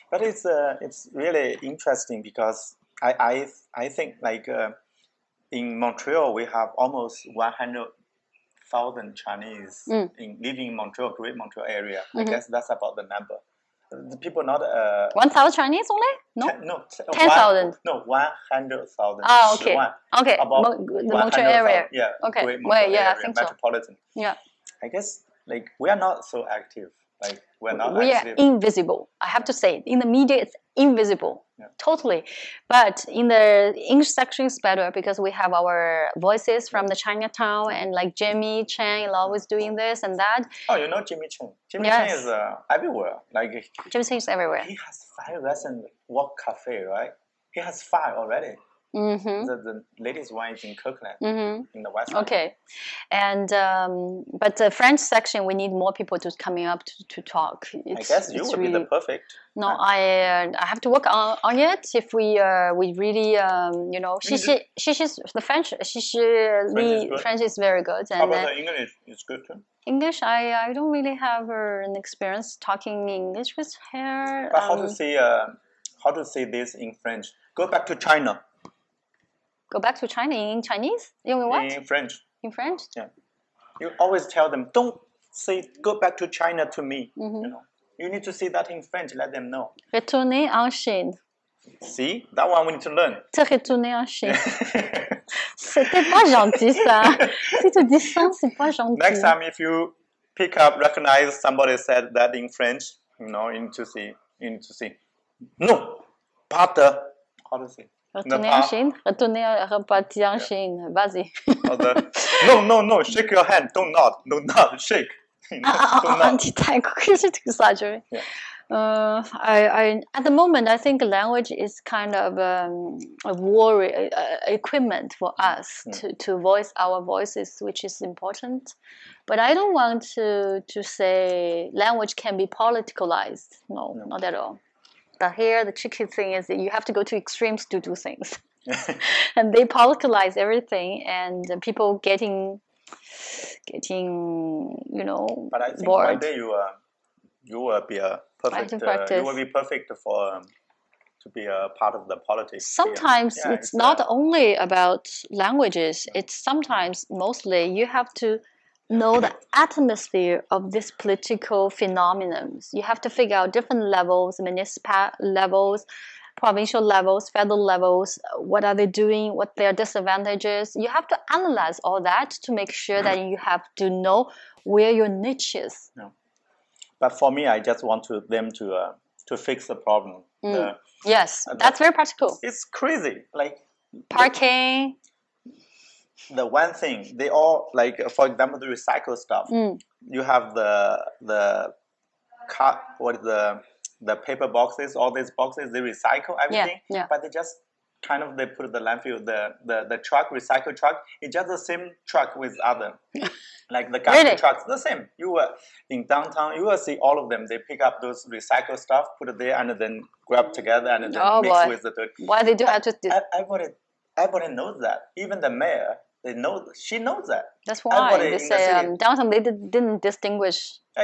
[SPEAKER 1] but it's uh, it's really interesting because I I I think like uh, in Montreal we have almost one hundred thousand Chinese
[SPEAKER 2] Mm.
[SPEAKER 1] in living in Montreal, Great Montreal area. I
[SPEAKER 2] Mhm.
[SPEAKER 1] guess that's about the number. The people not uh,
[SPEAKER 2] One thousand Chinese only? No.
[SPEAKER 1] ten- no t- one-
[SPEAKER 2] 10,000.
[SPEAKER 1] no one hundred thousand.
[SPEAKER 2] Ah, okay. Okay.
[SPEAKER 1] About
[SPEAKER 2] Mo- the Montreal area.
[SPEAKER 1] Yeah.
[SPEAKER 2] Okay.
[SPEAKER 1] Great
[SPEAKER 2] Well,
[SPEAKER 1] Montreal
[SPEAKER 2] yeah, I
[SPEAKER 1] area,
[SPEAKER 2] think so.
[SPEAKER 1] metropolitan.
[SPEAKER 2] Yeah.
[SPEAKER 1] I guess like we are not so active. Like we're not
[SPEAKER 2] we are
[SPEAKER 1] active.
[SPEAKER 2] invisible. I have to say, it. in the media, it's invisible,
[SPEAKER 1] Yeah.
[SPEAKER 2] totally. But in the English section, it's better because we have our voices from the Chinatown and like Jimmy Chang is always doing this and that.
[SPEAKER 1] Oh, you know Jimmy Chen. Jimmy Chen
[SPEAKER 2] Yes.
[SPEAKER 1] is uh, everywhere. Like
[SPEAKER 2] Jimmy Chang is everywhere.
[SPEAKER 1] he has five restaurants, walk cafe, right? He has five already.
[SPEAKER 2] Mm-hmm.
[SPEAKER 1] The, the latest one is in Kirkland,
[SPEAKER 2] Mm-hmm.
[SPEAKER 1] in the West. End.
[SPEAKER 2] Okay, and um, but the French section, we need more people to coming up to, to talk.
[SPEAKER 1] I
[SPEAKER 2] It's-
[SPEAKER 1] guess you
[SPEAKER 2] it's
[SPEAKER 1] would be the
[SPEAKER 2] really-
[SPEAKER 1] perfect.
[SPEAKER 2] No,
[SPEAKER 1] Uh,
[SPEAKER 2] I uh, I have to work on, on it. If we uh, we really um, you know she
[SPEAKER 1] Mhm.
[SPEAKER 2] she she she's the French she she
[SPEAKER 1] is
[SPEAKER 2] the
[SPEAKER 1] good.
[SPEAKER 2] French is very good
[SPEAKER 1] How
[SPEAKER 2] and
[SPEAKER 1] about
[SPEAKER 2] uh,
[SPEAKER 1] the English? It's good too.
[SPEAKER 2] English I I don't really have uh, an experience talking English with her.
[SPEAKER 1] But how
[SPEAKER 2] um,
[SPEAKER 1] to say uh, how to say this in French? Go back to China
[SPEAKER 2] go back to China in Chinese? You mean what
[SPEAKER 1] in French.
[SPEAKER 2] in French?
[SPEAKER 1] You always tell them, don't say go back to China to me.
[SPEAKER 2] Mhm.
[SPEAKER 1] You know, you need to say that in French. Let them know.
[SPEAKER 2] Retourner en Chine.
[SPEAKER 1] See, that one we need to learn. *laughs*
[SPEAKER 2] Te retourner en Chine. C'était pas gentil ça.
[SPEAKER 1] *laughs*
[SPEAKER 2] si tu dis ça, c'est pas gentil.
[SPEAKER 1] Next time, if you pick up, recognize somebody said that in French, you know, you need to see, you need to see. No, pas de. How to say?
[SPEAKER 2] Retourner
[SPEAKER 1] Ne
[SPEAKER 2] en
[SPEAKER 1] pas-
[SPEAKER 2] Chine. Retourner euh, repartir en Chine. Vas-y.
[SPEAKER 1] Or the, no, no, no, shake your hand. Don't nod. Don't nod. Shake. *laughs* You know,
[SPEAKER 2] Uh,
[SPEAKER 1] don't nod.
[SPEAKER 2] *laughs* 啊啊啊！你太过去这个啥子？
[SPEAKER 1] Yeah.
[SPEAKER 2] Uh, I, I, at the moment, I think language is kind of um, a worry uh, uh, equipment for us
[SPEAKER 1] Mm.
[SPEAKER 2] to, to voice our voices, which is important. But I don't want to, to say language can be politicalized. No,
[SPEAKER 1] No.
[SPEAKER 2] not at all. But here, the tricky thing is that you have to go to extremes to do things. *laughs* and they politicize everything, and people getting, getting, you know,
[SPEAKER 1] But I think one
[SPEAKER 2] bored.
[SPEAKER 1] day you uh, you will be a perfect. Uh, you
[SPEAKER 2] practice.
[SPEAKER 1] will be perfect for um, to be a part of the politics. here.
[SPEAKER 2] sometimes
[SPEAKER 1] Yeah,
[SPEAKER 2] it's
[SPEAKER 1] it's,
[SPEAKER 2] not
[SPEAKER 1] uh,
[SPEAKER 2] only about languages it's sometimes mostly you have to know the atmosphere of this political phenomenon you have to figure out different levels municipal levels provincial levels federal levels what are they doing what their disadvantages you have to analyze all that to make sure that you have to know where your niche is
[SPEAKER 1] But for me, I just want to them to uh, to fix the problem.
[SPEAKER 2] Mm.
[SPEAKER 1] The-
[SPEAKER 2] yes
[SPEAKER 1] And
[SPEAKER 2] that's very practical
[SPEAKER 1] it's crazy. Like
[SPEAKER 2] parking
[SPEAKER 1] the one thing they all like for example the recycle stuff
[SPEAKER 2] mm,
[SPEAKER 1] you have the the cut what is the the paper boxes all these boxes they recycle
[SPEAKER 2] yeah
[SPEAKER 1] everything
[SPEAKER 2] yeah
[SPEAKER 1] but they just kind of they put the landfill the the, the truck recycle truck it's just the same truck with
[SPEAKER 2] *laughs*
[SPEAKER 1] other like the garbage
[SPEAKER 2] Really?
[SPEAKER 1] trucks the same you will in downtown you will see all of them they pick up those recycle stuff put it there and then grab together and then
[SPEAKER 2] Oh,
[SPEAKER 1] mix
[SPEAKER 2] boy.
[SPEAKER 1] with the dirt
[SPEAKER 2] why they do have to do
[SPEAKER 1] E- everybody everybody knows that even the mayor they know she knows that
[SPEAKER 2] That's why
[SPEAKER 1] Everybody
[SPEAKER 2] they
[SPEAKER 1] in the
[SPEAKER 2] say
[SPEAKER 1] city.
[SPEAKER 2] um, downtown they did, didn't distinguish.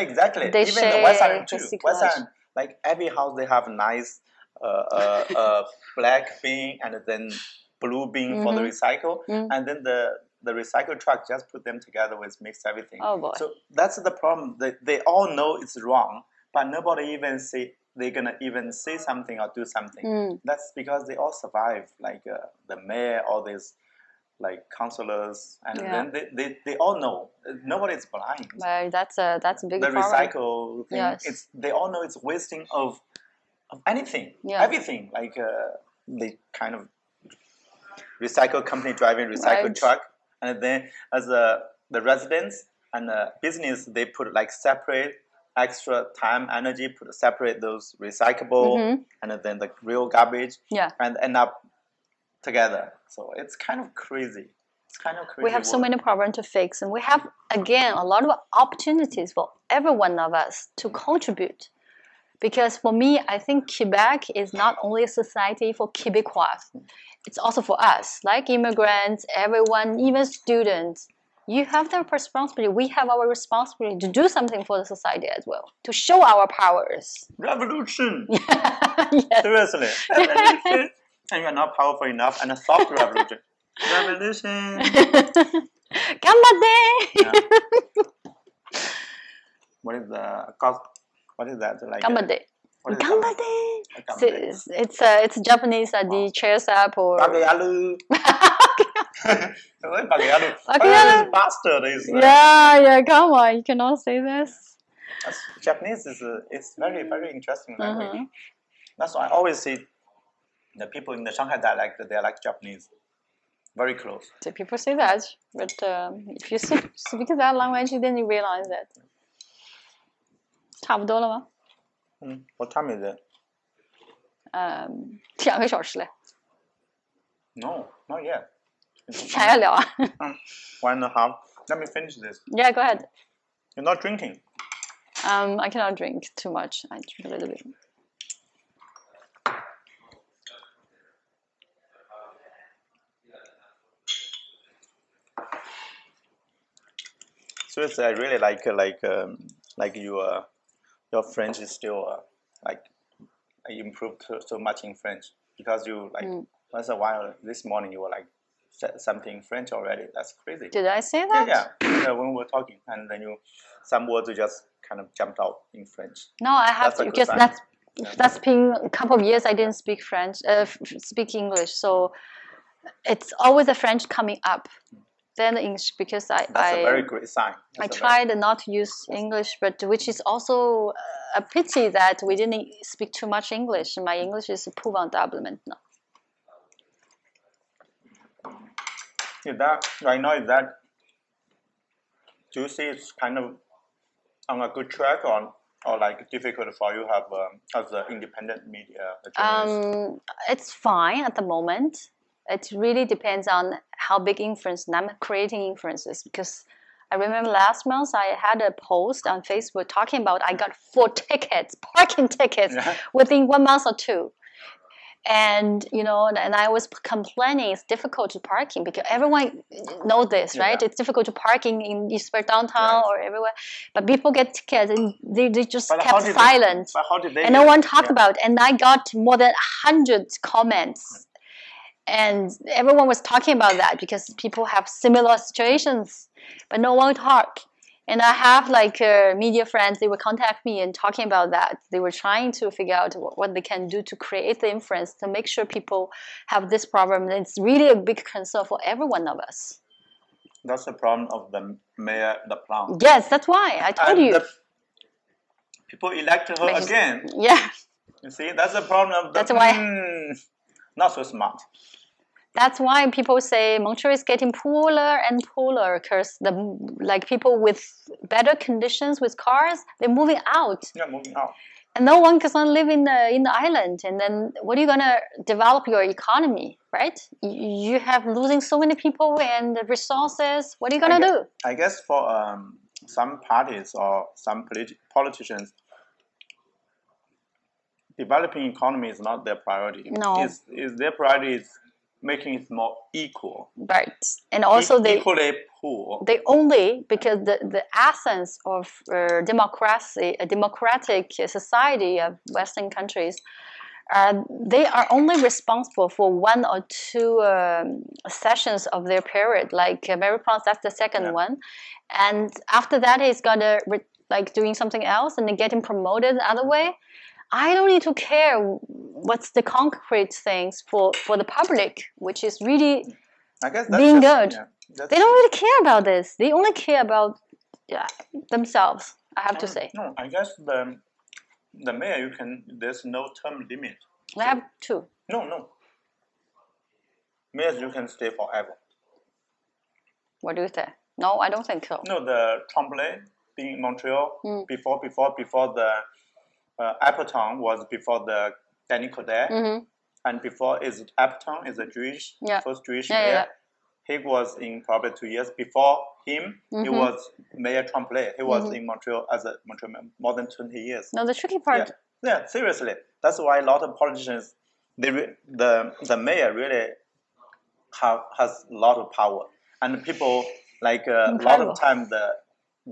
[SPEAKER 1] Exactly.
[SPEAKER 2] They
[SPEAKER 1] Even the West
[SPEAKER 2] share
[SPEAKER 1] Island too.
[SPEAKER 2] plastic
[SPEAKER 1] West
[SPEAKER 2] lunch.
[SPEAKER 1] Island, like every house, they have nice uh, uh,
[SPEAKER 2] *laughs*
[SPEAKER 1] uh, black bin and then blue bin for the
[SPEAKER 2] Mhm.
[SPEAKER 1] recycle,
[SPEAKER 2] Mm.
[SPEAKER 1] and then the the recycle truck just put them together with mix everything.
[SPEAKER 2] Oh boy.
[SPEAKER 1] So that's the problem. They, they all know it's wrong, but nobody even say they're gonna even say something or do something.
[SPEAKER 2] Mm.
[SPEAKER 1] That's because they all survive, like uh, the mayor, all these like counselors, and
[SPEAKER 2] Yeah.
[SPEAKER 1] then they, they, they all know. Nobody's blind
[SPEAKER 2] But that's a that's a big
[SPEAKER 1] the
[SPEAKER 2] problem.
[SPEAKER 1] recycle thing.
[SPEAKER 2] Yes.
[SPEAKER 1] It's they all know it's wasting of, of anything,
[SPEAKER 2] Yeah.
[SPEAKER 1] everything. Like uh, they kind of recycle company driving recycle
[SPEAKER 2] Right.
[SPEAKER 1] truck, and then as a, the residents and the business, they put like separate extra time energy put separate those recyclable
[SPEAKER 2] Mhm.
[SPEAKER 1] and then the real garbage
[SPEAKER 2] Yeah.
[SPEAKER 1] and end up together. So it's kind of crazy. It's kind of crazy.
[SPEAKER 2] We have so
[SPEAKER 1] world.
[SPEAKER 2] many problems to fix, and we have again a lot of opportunities for every one of us to contribute. Because for me, I think Quebec is not only a society for Quebecois; it's also for us, like immigrants, everyone, even students. you have the responsibility. We have our responsibility to do something for the society as well, to show our powers.
[SPEAKER 1] Revolution.
[SPEAKER 2] yes.
[SPEAKER 1] *laughs* Seriously. Revolution. and you are not powerful enough and stop the revolution. *laughs* revolution.
[SPEAKER 2] *laughs* Gambatte!
[SPEAKER 1] What is the cos- What is that like?
[SPEAKER 2] Gambatte.
[SPEAKER 1] what is that?
[SPEAKER 2] Gambatte!
[SPEAKER 1] Gambatte.
[SPEAKER 2] It's, it's, uh, it's Japanese at the cheers up or.
[SPEAKER 1] Bagayalu. Bagayalu.
[SPEAKER 2] Bagayalu.
[SPEAKER 1] Bagayalu. Bastard is. uh,
[SPEAKER 2] Yeah, yeah, come on, you cannot say this.
[SPEAKER 1] Japanese is uh, it's very very interesting language.
[SPEAKER 2] Mhm.
[SPEAKER 1] That's why I always see the people in the Shanghai dialect they are like Japanese, very close.
[SPEAKER 2] Do people say that? But um, if you speak, speak that language, then you realize that. 差不多了吗？
[SPEAKER 1] Mm. What time is it?
[SPEAKER 2] 呃，两个小时 *laughs* 嘞，
[SPEAKER 1] No, not yet.
[SPEAKER 2] 还要聊啊
[SPEAKER 1] One and a half. Let me finish this.
[SPEAKER 2] *laughs* ？Yeah, go ahead.
[SPEAKER 1] You're not drinking.
[SPEAKER 2] Um, I cannot drink too much. I drink a little bit.
[SPEAKER 1] So it's I really like uh, like um, like you uh, your French is still uh, like you improved so, so much in French because you like
[SPEAKER 2] Mm.
[SPEAKER 1] once a while this morning you were like said something in French already. That's crazy.
[SPEAKER 2] Did I say
[SPEAKER 1] Yeah,
[SPEAKER 2] that?
[SPEAKER 1] yeah. Uh, when we were talking, and then you some words you just kind of jumped out in French.
[SPEAKER 2] No, I have
[SPEAKER 1] That's a
[SPEAKER 2] to,
[SPEAKER 1] good
[SPEAKER 2] just
[SPEAKER 1] sign.
[SPEAKER 2] that's that's been a couple of years I didn't speak French, uh, f- speak English, so it's always a French coming up. Then the English because I
[SPEAKER 1] That's
[SPEAKER 2] I,
[SPEAKER 1] a very great sign.
[SPEAKER 2] I
[SPEAKER 1] That's a very-
[SPEAKER 2] tried not to use English, but which is also uh, a pity that we didn't speak too much English. My English is poor double now.
[SPEAKER 1] Is that right now? Is that do you see it's kind of on a good track or or like difficult for you have um, as an independent media the journalist?
[SPEAKER 2] Um, it's fine at the moment. It really depends on how big influence and I'm creating influences because I remember last month I had a post on Facebook talking about I got four *laughs* tickets, parking tickets
[SPEAKER 1] Yeah.
[SPEAKER 2] within one month or two. And you know, and- and I was complaining it's difficult to parking because everyone know this, right?
[SPEAKER 1] Yeah.
[SPEAKER 2] It's difficult to parking in especially downtown
[SPEAKER 1] Right.
[SPEAKER 2] or everywhere. But people get tickets and they, they just
[SPEAKER 1] But how
[SPEAKER 2] kept
[SPEAKER 1] did they-
[SPEAKER 2] silent
[SPEAKER 1] But how did they?
[SPEAKER 2] and no one talked
[SPEAKER 1] yeah.
[SPEAKER 2] about it. and i got more than 100 comments and everyone was talking about that because people have similar situations but no one talked and i have like uh, media friends they would contact me and talking about that they were trying to figure out what, what they can do to create the inference to make sure people have this problem and it's really a big concern for every one of us
[SPEAKER 1] That's the problem of the mayor, the plan.
[SPEAKER 2] yes that's why i told
[SPEAKER 1] And
[SPEAKER 2] you
[SPEAKER 1] the people elect her
[SPEAKER 2] But she's-
[SPEAKER 1] again.
[SPEAKER 2] yeah
[SPEAKER 1] You see, that's the problem of the.
[SPEAKER 2] That's why-
[SPEAKER 1] Hmm, not so smart.
[SPEAKER 2] That's why people say Montreal is getting poorer and poorer because the like people with better conditions with cars they're moving out
[SPEAKER 1] Yeah, moving on.
[SPEAKER 2] and no one can live in the in the island and then what are you gonna develop your economy right? You you have losing so many people and resources. What are you gonna
[SPEAKER 1] I
[SPEAKER 2] do?
[SPEAKER 1] I guess for um, some parties or some politi- politicians, developing economy is not their priority.
[SPEAKER 2] No.
[SPEAKER 1] It's, it's their priority is making it more equal.
[SPEAKER 2] Right, and also
[SPEAKER 1] E-
[SPEAKER 2] they
[SPEAKER 1] equally poor.
[SPEAKER 2] they only because the, the essence of uh, democracy, a democratic society of Western countries, uh, they are only responsible for one or two um, sessions of their period. Like uh, Mary France, that's the second
[SPEAKER 1] Yeah.
[SPEAKER 2] one, and after that, he's gonna re- like doing something else and then getting promoted the other way. I don't need to care what's the concrete things for, for the public, which is really
[SPEAKER 1] I guess that's
[SPEAKER 2] being
[SPEAKER 1] just-
[SPEAKER 2] good.
[SPEAKER 1] yeah, that's-
[SPEAKER 2] they don't really care about this. They only care about yeah, themselves. I have
[SPEAKER 1] Mm.
[SPEAKER 2] to say,
[SPEAKER 1] No, I guess the the mayor you can there's no term limit.
[SPEAKER 2] I have two.
[SPEAKER 1] No, no. Mayors you can stay forever.
[SPEAKER 2] What do you think? No, I don't think so.
[SPEAKER 1] No, the Tremblay being in Montreal
[SPEAKER 2] Mm.
[SPEAKER 1] before before before the uh, Appleton was before the Danny Coderre
[SPEAKER 2] Mm-hmm.
[SPEAKER 1] and before is Appleton is a Jewish
[SPEAKER 2] Yeah.
[SPEAKER 1] first Jewish
[SPEAKER 2] Yeah, yeah,
[SPEAKER 1] mayor.
[SPEAKER 2] yeah.
[SPEAKER 1] He was in probably two years before him. He
[SPEAKER 2] Mhm.
[SPEAKER 1] was Mayor Tremblay. He
[SPEAKER 2] Mm-hmm.
[SPEAKER 1] was in Montreal as a Montreal mayor more than twenty years.
[SPEAKER 2] No, the tricky part.
[SPEAKER 1] Yeah. yeah, seriously. That's why a lot of politicians, they re- the the mayor really have, has a lot of power, and people Like uh, a lot
[SPEAKER 2] Incredible.
[SPEAKER 1] of time, the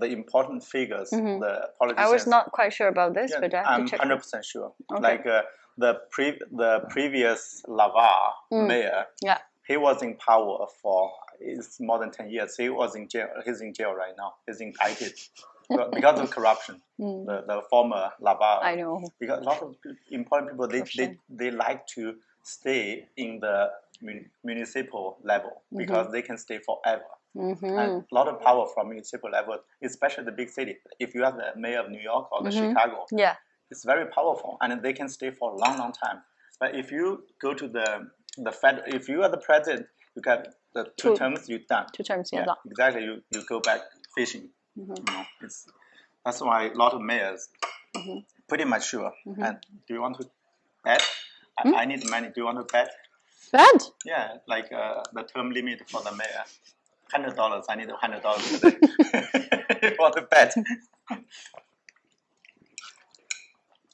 [SPEAKER 1] the important figures,
[SPEAKER 2] Mhm.
[SPEAKER 1] the
[SPEAKER 2] I
[SPEAKER 1] politicians.
[SPEAKER 2] was not quite sure about this,
[SPEAKER 1] Yeah,
[SPEAKER 2] but I have
[SPEAKER 1] I'm
[SPEAKER 2] to check.
[SPEAKER 1] hundred percent sure.
[SPEAKER 2] Okay.
[SPEAKER 1] Like uh, the pre the previous Lavar
[SPEAKER 2] Mm.
[SPEAKER 1] mayor,
[SPEAKER 2] Yeah.
[SPEAKER 1] he was in power for it's more than ten years. He was in jail. He's in jail right now. He's indicted But because of corruption.
[SPEAKER 2] Mm,
[SPEAKER 1] The, the former Lavar
[SPEAKER 2] I know.
[SPEAKER 1] because a lot of pe- important people they, they,
[SPEAKER 2] Corruption.
[SPEAKER 1] they like to stay in the mun- municipal level because they can stay forever
[SPEAKER 2] hmm
[SPEAKER 1] and a lot of power from municipal level especially the big city if you have the mayor of new york or the
[SPEAKER 2] Mhm.
[SPEAKER 1] chicago
[SPEAKER 2] Yeah.
[SPEAKER 1] it's very powerful and they can stay for a long long time but if you go to the the fed if you are the president you got the two,
[SPEAKER 2] Two.
[SPEAKER 1] terms you're done
[SPEAKER 2] Two terms
[SPEAKER 1] yeah,
[SPEAKER 2] yeah. done.
[SPEAKER 1] exactly you, you go back fishing
[SPEAKER 2] Mhm.
[SPEAKER 1] you know, it's, that's why a lot of mayors
[SPEAKER 2] Mhm.
[SPEAKER 1] pretty much sure.
[SPEAKER 2] Mhm.
[SPEAKER 1] And do you want to bet? I, I need money. Do you want to bet?
[SPEAKER 2] Bad.
[SPEAKER 1] Yeah, like uh, the term limit for the mayor. Hundred dollars. I need hundred dollars today. *laughs* you want to bet?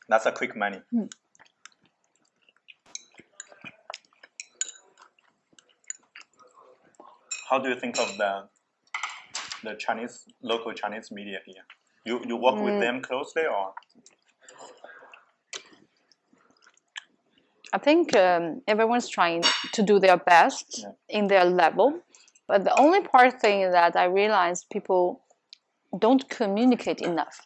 [SPEAKER 1] That's a quick money.
[SPEAKER 2] Hmm.
[SPEAKER 1] How do you think of the the Chinese local Chinese media here? You you work
[SPEAKER 2] Hmm.
[SPEAKER 1] with them closely or
[SPEAKER 2] I think um, everyone's trying to do their best
[SPEAKER 1] Yeah.
[SPEAKER 2] in their level, but the only part thing is that I realized people don't communicate enough.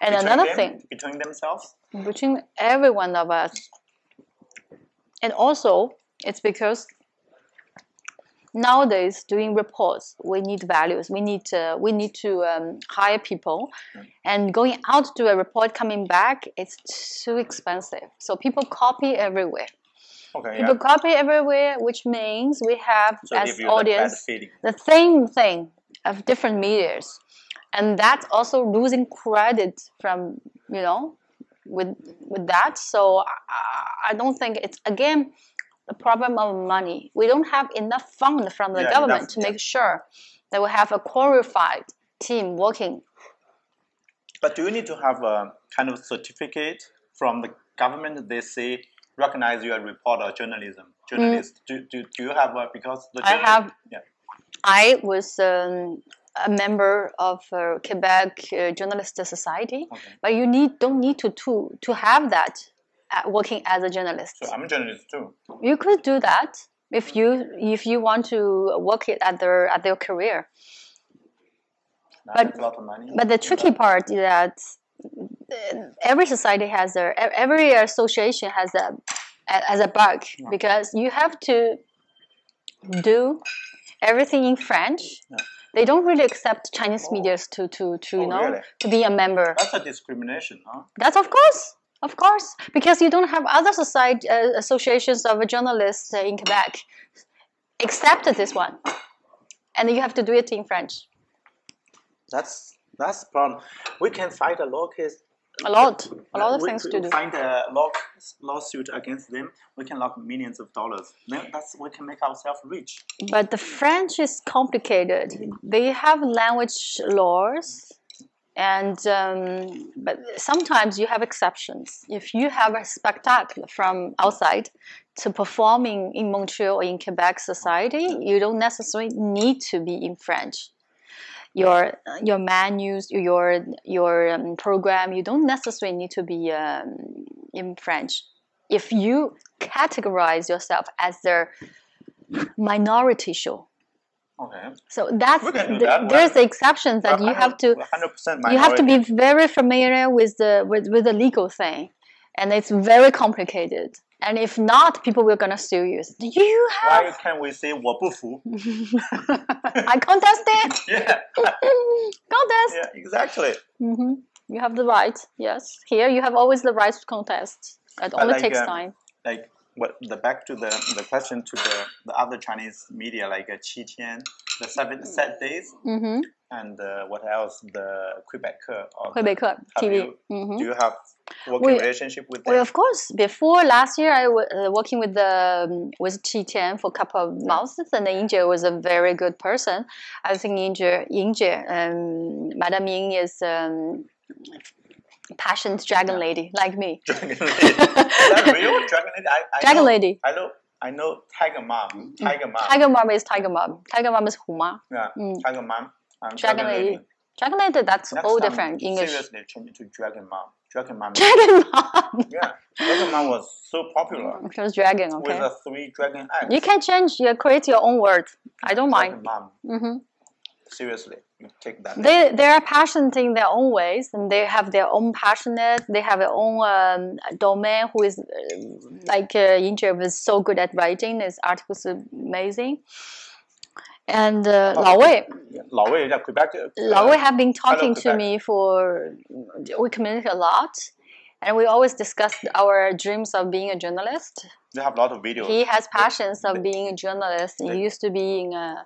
[SPEAKER 2] And
[SPEAKER 1] between
[SPEAKER 2] another
[SPEAKER 1] them-
[SPEAKER 2] thing
[SPEAKER 1] between themselves?
[SPEAKER 2] between every one of us, and also it's because nowadays doing reports we need values we need uh, we need to um, hire people and going out to do a report coming back it's too expensive so people copy everywhere
[SPEAKER 1] Okay, yeah.
[SPEAKER 2] People copy everywhere, which means we have
[SPEAKER 1] So
[SPEAKER 2] as
[SPEAKER 1] give you
[SPEAKER 2] audience
[SPEAKER 1] the bad feeling.
[SPEAKER 2] the same thing of different medias, and that's also losing credit from you know with with that. So I, I don't think it's again the problem of money. We don't have enough fund from the
[SPEAKER 1] Yeah,
[SPEAKER 2] government
[SPEAKER 1] enough,
[SPEAKER 2] to
[SPEAKER 1] yeah.
[SPEAKER 2] make sure that we have a qualified team working.
[SPEAKER 1] But do you need to have a kind of certificate from the government? They say recognize you are a reporter, journalism, journalist. Do, do, do you have a because the
[SPEAKER 2] Mm. I
[SPEAKER 1] journal-
[SPEAKER 2] have-
[SPEAKER 1] yeah
[SPEAKER 2] I was um, a member of uh, Quebec uh, Journalist Society.
[SPEAKER 1] okay.
[SPEAKER 2] but you need don't need to to, to have that uh, working as a journalist
[SPEAKER 1] So I'm a journalist too.
[SPEAKER 2] you could do that if you if you want to work it at their at their career
[SPEAKER 1] That
[SPEAKER 2] But-
[SPEAKER 1] is a lot of money.
[SPEAKER 2] but the tricky part is that uh, every society has their e- every association has a as a bug because you have to do everything in french
[SPEAKER 1] Yeah.
[SPEAKER 2] they don't really accept chinese
[SPEAKER 1] Oh.
[SPEAKER 2] medias to to to you
[SPEAKER 1] Oh,
[SPEAKER 2] know
[SPEAKER 1] really?
[SPEAKER 2] to be a member
[SPEAKER 1] That's a discrimination, huh?
[SPEAKER 2] That's of course, of course, because you don't have other society uh, associations of journalists in Quebec, except this one, and you have to do it in French.
[SPEAKER 1] That's that's problem. We can fight a law case.
[SPEAKER 2] A lot, a lot of
[SPEAKER 1] we
[SPEAKER 2] things to
[SPEAKER 1] could
[SPEAKER 2] do.
[SPEAKER 1] Find a law, lawsuit against them. We can lock millions of dollars. Then that's we can make ourselves rich.
[SPEAKER 2] But the French is complicated. They have language laws, and um, but sometimes you have exceptions. If you have a spectacle from outside to perform in, in Montreal or in Quebec society, you don't necessarily need to be in French. Your your menus, your your um, program, you don't necessarily need to be um, in French. If you categorize yourself as their minority show.
[SPEAKER 1] Okay.
[SPEAKER 2] So that's
[SPEAKER 1] We can do
[SPEAKER 2] the-
[SPEAKER 1] that.
[SPEAKER 2] there's the exceptions that you have to
[SPEAKER 1] 100%
[SPEAKER 2] you have to
[SPEAKER 1] minority.
[SPEAKER 2] be very familiar with the with, with the legal thing, and it's very complicated. And if not, people will gonna sue you. Do you
[SPEAKER 1] *laughs*
[SPEAKER 2] have?
[SPEAKER 1] Why can we say 我不服?
[SPEAKER 2] I contest it.
[SPEAKER 1] *laughs* Yeah,
[SPEAKER 2] contest.
[SPEAKER 1] yeah, exactly.
[SPEAKER 2] hmm You have the right. Yes, here you have always the right to contest. It only
[SPEAKER 1] like,
[SPEAKER 2] takes
[SPEAKER 1] um,
[SPEAKER 2] time.
[SPEAKER 1] Like what the back to the, the question to the, the other Chinese media like uh, Qitian, the
[SPEAKER 2] Hmm.
[SPEAKER 1] seven set days,
[SPEAKER 2] Mm-hmm.
[SPEAKER 1] and uh, what else? The Quebecer. Or the-
[SPEAKER 2] Quebec TV.
[SPEAKER 1] you-
[SPEAKER 2] Mm-hmm.
[SPEAKER 1] do you have working
[SPEAKER 2] We-
[SPEAKER 1] relationship with them? *laughs*
[SPEAKER 2] Well, of course. Before last year, I was uh, working with the um, with Qi Tian for a couple of months, and Yingjie was a very good person. I think Yingjie, Yingjie, um, Madame Ying is um, passionate dragon lady like me. *laughs*
[SPEAKER 1] Dragon Lady. Is that real? Dragon Lady? I, I
[SPEAKER 2] Dragon
[SPEAKER 1] know-
[SPEAKER 2] lady.
[SPEAKER 1] I know I know Tiger Mom, Tiger Mom,
[SPEAKER 2] Tiger mom is tiger mom. Tiger mom is huma.
[SPEAKER 1] yeah,
[SPEAKER 2] Mm.
[SPEAKER 1] Tiger Mom, and
[SPEAKER 2] Dragon
[SPEAKER 1] Dragon
[SPEAKER 2] Lady.
[SPEAKER 1] Lady.
[SPEAKER 2] Dragon Lady, that's
[SPEAKER 1] Next
[SPEAKER 2] all
[SPEAKER 1] time,
[SPEAKER 2] different English.
[SPEAKER 1] Seriously, change it to Dragon Mom. Dragon Mom.
[SPEAKER 2] *laughs* Dragon mom.
[SPEAKER 1] yeah, Dragon Mom was so popular
[SPEAKER 2] It was dragon.
[SPEAKER 1] with
[SPEAKER 2] Mm, Okay.
[SPEAKER 1] the three dragon eggs.
[SPEAKER 2] You can change. You create your own word. I don't
[SPEAKER 1] Dragon
[SPEAKER 2] mind.
[SPEAKER 1] Mom.
[SPEAKER 2] hmm
[SPEAKER 1] Seriously, you take that.
[SPEAKER 2] They they are passionate in their own ways, and they have their own passionate. They have their own um, domain. Who is uh, like uh, Yingjie was so good at writing. His articles are amazing. And uh,
[SPEAKER 1] Oh,
[SPEAKER 2] Lao Wei,
[SPEAKER 1] Lao Wei, yeah, Quebec. uh,
[SPEAKER 2] Lao Wei have been talking to
[SPEAKER 1] Quebec.
[SPEAKER 2] me for we communicate a lot, and we always discussed our dreams of being a journalist.
[SPEAKER 1] They have a lot of videos.
[SPEAKER 2] He has passions of
[SPEAKER 1] They-
[SPEAKER 2] being a journalist.
[SPEAKER 1] they-
[SPEAKER 2] He used to be in a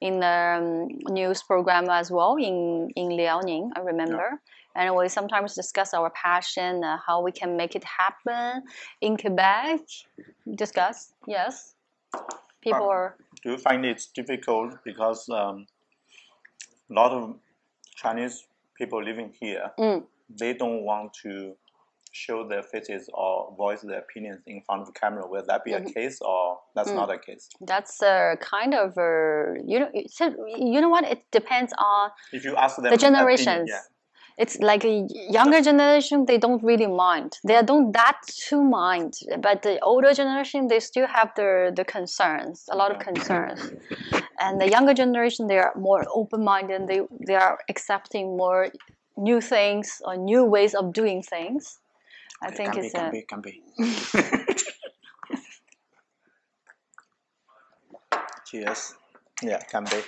[SPEAKER 2] in a um, news program as well in in Liaoning, I remember. And we sometimes discuss our passion, uh, how we can make it happen in Quebec. Discuss, yes. People
[SPEAKER 1] Um,
[SPEAKER 2] are
[SPEAKER 1] Do you find it's difficult because um, a lot of Chinese people living here,
[SPEAKER 2] Mm.
[SPEAKER 1] they don't want to show their faces or voice their opinions in front of camera. Will that be a case or that's
[SPEAKER 2] Mm-hmm. Mm.
[SPEAKER 1] not a case?
[SPEAKER 2] that's a kind of a, you know it- so you know what it depends on
[SPEAKER 1] If you ask them,
[SPEAKER 2] the
[SPEAKER 1] opinion,
[SPEAKER 2] generations.
[SPEAKER 1] yeah.
[SPEAKER 2] It's like a younger generation, they don't really mind. They don't that too mind. But the older generation, they still have their, the concerns, a lot of
[SPEAKER 1] Yeah.
[SPEAKER 2] concerns. And the younger generation, they are more open-minded. and They they are accepting more new things or new ways of doing things. I
[SPEAKER 1] Okay,
[SPEAKER 2] think
[SPEAKER 1] can be,
[SPEAKER 2] it's
[SPEAKER 1] can
[SPEAKER 2] a,
[SPEAKER 1] be,
[SPEAKER 2] *laughs*
[SPEAKER 1] can be. Cheers. Yeah, can be.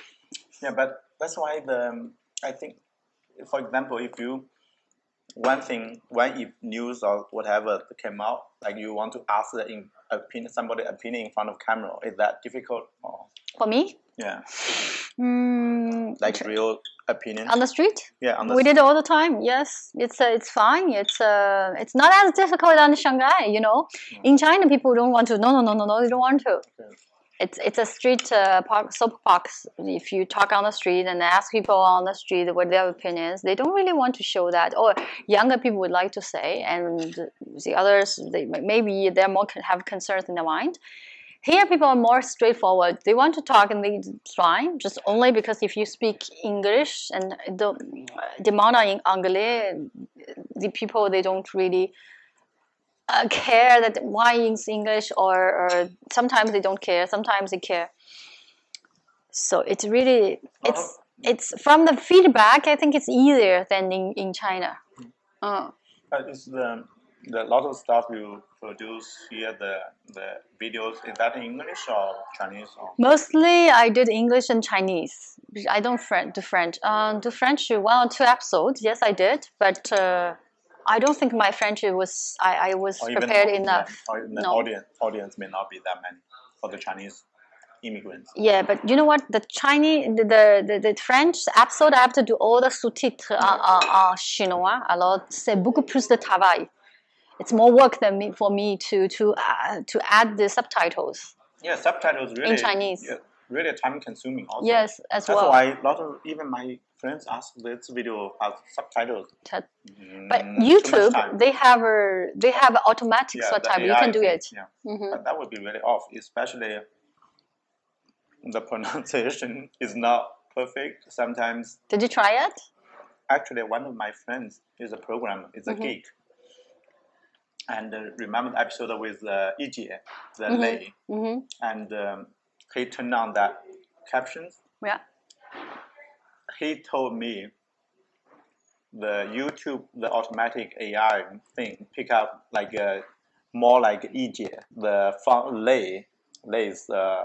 [SPEAKER 1] Yeah, but that's why the um, I think, for example, if you one thing one if news or whatever came out, like you want to ask the in, opinion somebody opinion in front of camera, is that difficult? Or,
[SPEAKER 2] for me.
[SPEAKER 1] yeah,
[SPEAKER 2] Mm,
[SPEAKER 1] like real opinion.
[SPEAKER 2] on the street,
[SPEAKER 1] yeah, on the
[SPEAKER 2] Um, we did all the time. Yes, it's uh, it's fine. It's uh, it's not as difficult on Shanghai. You know, in China, people don't want to. No, no, no, no, no. They don't want to.
[SPEAKER 1] Mm. Okay.
[SPEAKER 2] It's it's a street uh, park, soapbox. If you talk on the street and ask people on the street what their opinions, they don't really want to show that. Or younger people would like to say, and the others, they maybe they're more con- have concerns in their mind. Here, people are more straightforward. They want to talk, and they it's fine. Just only because if you speak English and the demand in English, the people they don't really uh, care that why it's English, or, or sometimes they don't care. Sometimes they care. So it's really it's it's from the feedback. I think it's easier than in in China. Uh,
[SPEAKER 1] But is the the lot of stuff you produce here the the videos is that in English or Chinese or
[SPEAKER 2] Mostly, I did English and Chinese. I don't French, do French. Um, do French one or two episodes. Yes, I did, but uh, I don't think my French was. I, I was
[SPEAKER 1] or
[SPEAKER 2] prepared
[SPEAKER 1] Oh, yeah,
[SPEAKER 2] enough.
[SPEAKER 1] or the
[SPEAKER 2] No.
[SPEAKER 1] audience audience may not be that many for the Chinese immigrants.
[SPEAKER 2] Yeah, but you know what? The Chinese, the the, the, the French episode, I have to do all the sous-titres en, en, en chinois. Alors, c'est beaucoup plus de travail. It's more work than me, for me to to uh, to add the subtitles.
[SPEAKER 1] Yeah, subtitles really
[SPEAKER 2] Chinese.
[SPEAKER 1] yeah, really time consuming also.
[SPEAKER 2] Yes, as
[SPEAKER 1] That's
[SPEAKER 2] well.
[SPEAKER 1] why a lot of even my friends ask this video has subtitles.
[SPEAKER 2] Tet-
[SPEAKER 1] Mm,
[SPEAKER 2] But
[SPEAKER 1] too much time.
[SPEAKER 2] YouTube, they have a they have a automatic
[SPEAKER 1] Yeah, the
[SPEAKER 2] subtitle. You
[SPEAKER 1] AI
[SPEAKER 2] can do
[SPEAKER 1] thing,
[SPEAKER 2] it.
[SPEAKER 1] Yeah.
[SPEAKER 2] Mhm.
[SPEAKER 1] But that would be really off, especially the pronunciation *laughs* is not perfect. Sometimes
[SPEAKER 2] Did you try it?
[SPEAKER 1] actually one of my friends is a programmer, is a
[SPEAKER 2] Mm-hmm.
[SPEAKER 1] geek. And uh, remember the episode with uh, Yijie, the lady,
[SPEAKER 2] Mm-hmm.
[SPEAKER 1] and um, he turned on that captions.
[SPEAKER 2] Yeah.
[SPEAKER 1] He told me the YouTube, the automatic AI thing, pick up like a, more like Yijie, the font lay, lays uh,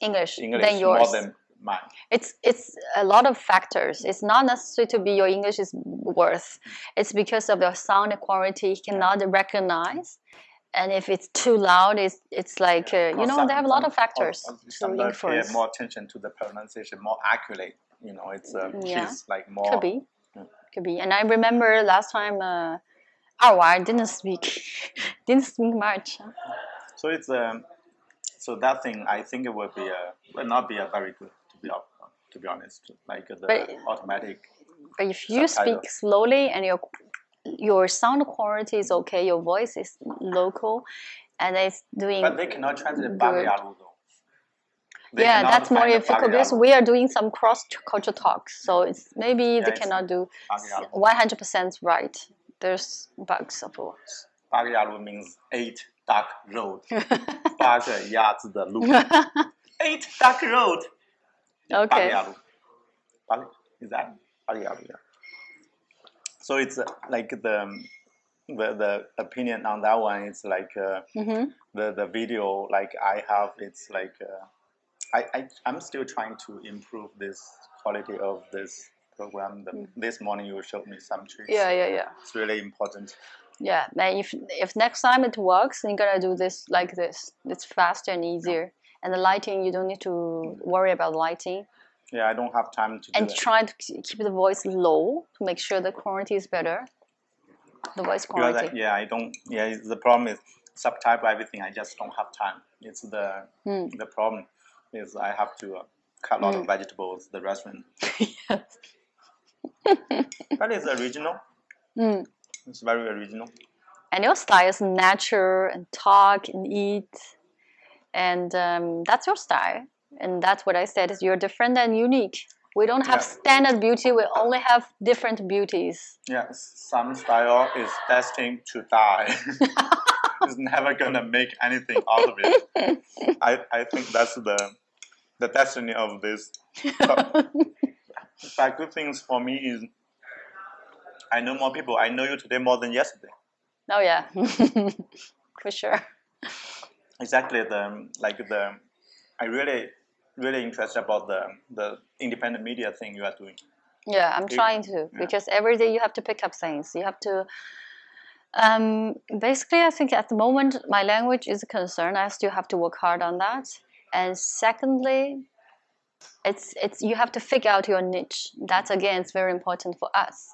[SPEAKER 2] English,
[SPEAKER 1] English
[SPEAKER 2] than
[SPEAKER 1] more
[SPEAKER 2] yours.
[SPEAKER 1] than mine.
[SPEAKER 2] It's it's a lot of factors. It's not necessary to be your English is worth. It's because of your sound quality you cannot recognize, and if it's too loud, it's it's like uh, you
[SPEAKER 1] Or
[SPEAKER 2] know
[SPEAKER 1] some-
[SPEAKER 2] they have a lot
[SPEAKER 1] some-
[SPEAKER 2] of factors
[SPEAKER 1] or- or
[SPEAKER 2] to
[SPEAKER 1] sometimes pay
[SPEAKER 2] influence.
[SPEAKER 1] more attention to the pronunciation, more accurate. You know, it's uh,
[SPEAKER 2] Mm, Yeah.
[SPEAKER 1] she's like more.
[SPEAKER 2] Could be. Could be. And I remember last time uh, Arwar didn't speak, *laughs* didn't speak much.
[SPEAKER 1] So it's um, so that thing. I think it would be a will not be a very good to be hon- to be honest. Like the
[SPEAKER 2] But-
[SPEAKER 1] automatic.
[SPEAKER 2] But if you
[SPEAKER 1] Subtitle.
[SPEAKER 2] speak slowly and your your sound quality is okay, your voice is local, and it's doing.
[SPEAKER 1] But they cannot translate
[SPEAKER 2] Good.
[SPEAKER 1] Bagayalu though. They
[SPEAKER 2] yeah,
[SPEAKER 1] cannot
[SPEAKER 2] that's more
[SPEAKER 1] find the
[SPEAKER 2] difficult because
[SPEAKER 1] Bagayalu-
[SPEAKER 2] we are doing some cross culture talks, so it's maybe they
[SPEAKER 1] it's-
[SPEAKER 2] cannot do
[SPEAKER 1] Bagayalu.
[SPEAKER 2] one hundred percent right. There's bugs, of course.
[SPEAKER 1] Bagayalu means eight dark
[SPEAKER 2] *laughs*
[SPEAKER 1] road. Bagayalu. Eight dark road.
[SPEAKER 2] okay.
[SPEAKER 1] Bagayalu. Bag- Is that Bagayalu? Yeah. So it's uh, like the the, the opinion on that one. It's like uh,
[SPEAKER 2] hmm
[SPEAKER 1] the the video like I have. It's like uh, I, I I'm still trying to improve this quality of this program. The, This morning you showed me some tricks.
[SPEAKER 2] Mm. Yeah, yeah, yeah,
[SPEAKER 1] It's really important.
[SPEAKER 2] yeah. Man, if if next time it works, you're gonna do this like this. It's faster and easier. And the lighting, you don't need to worry about lighting.
[SPEAKER 1] Yeah, I don't have time to do
[SPEAKER 2] And
[SPEAKER 1] that.
[SPEAKER 2] try to k- keep the voice low to make sure the quality is better. The voice
[SPEAKER 1] You are
[SPEAKER 2] quality.
[SPEAKER 1] like, yeah, I don't. Yeah, it's- the problem is subtype everything. I just don't have time. It's the
[SPEAKER 2] Mm.
[SPEAKER 1] the problem is I have to uh, cut a lot
[SPEAKER 2] Hmm.
[SPEAKER 1] of vegetables. The
[SPEAKER 2] *laughs*
[SPEAKER 1] restaurant, but it's original.
[SPEAKER 2] Mm.
[SPEAKER 1] It's very original.
[SPEAKER 2] and your style is nature and talk and eat and um, that's your style and that's what i said is you're different and unique we don't have
[SPEAKER 1] Yeah.
[SPEAKER 2] standard beauty we only have different beauties
[SPEAKER 1] Yeah, some style is destined to die. it's never gonna make anything out of it. I, I think that's the the destiny of this. But, but good things for me is I know more people. I know you today more than yesterday.
[SPEAKER 2] oh yeah *laughs* for sure
[SPEAKER 1] exactly the like the i really really interested about the the independent media thing you are doing
[SPEAKER 2] yeah i'm
[SPEAKER 1] Do-
[SPEAKER 2] trying to because every day you have to pick up things you have to um, basically i think at the moment my language is a concern i still have to work hard on that and secondly it's it's you have to figure out your niche that again is very important for us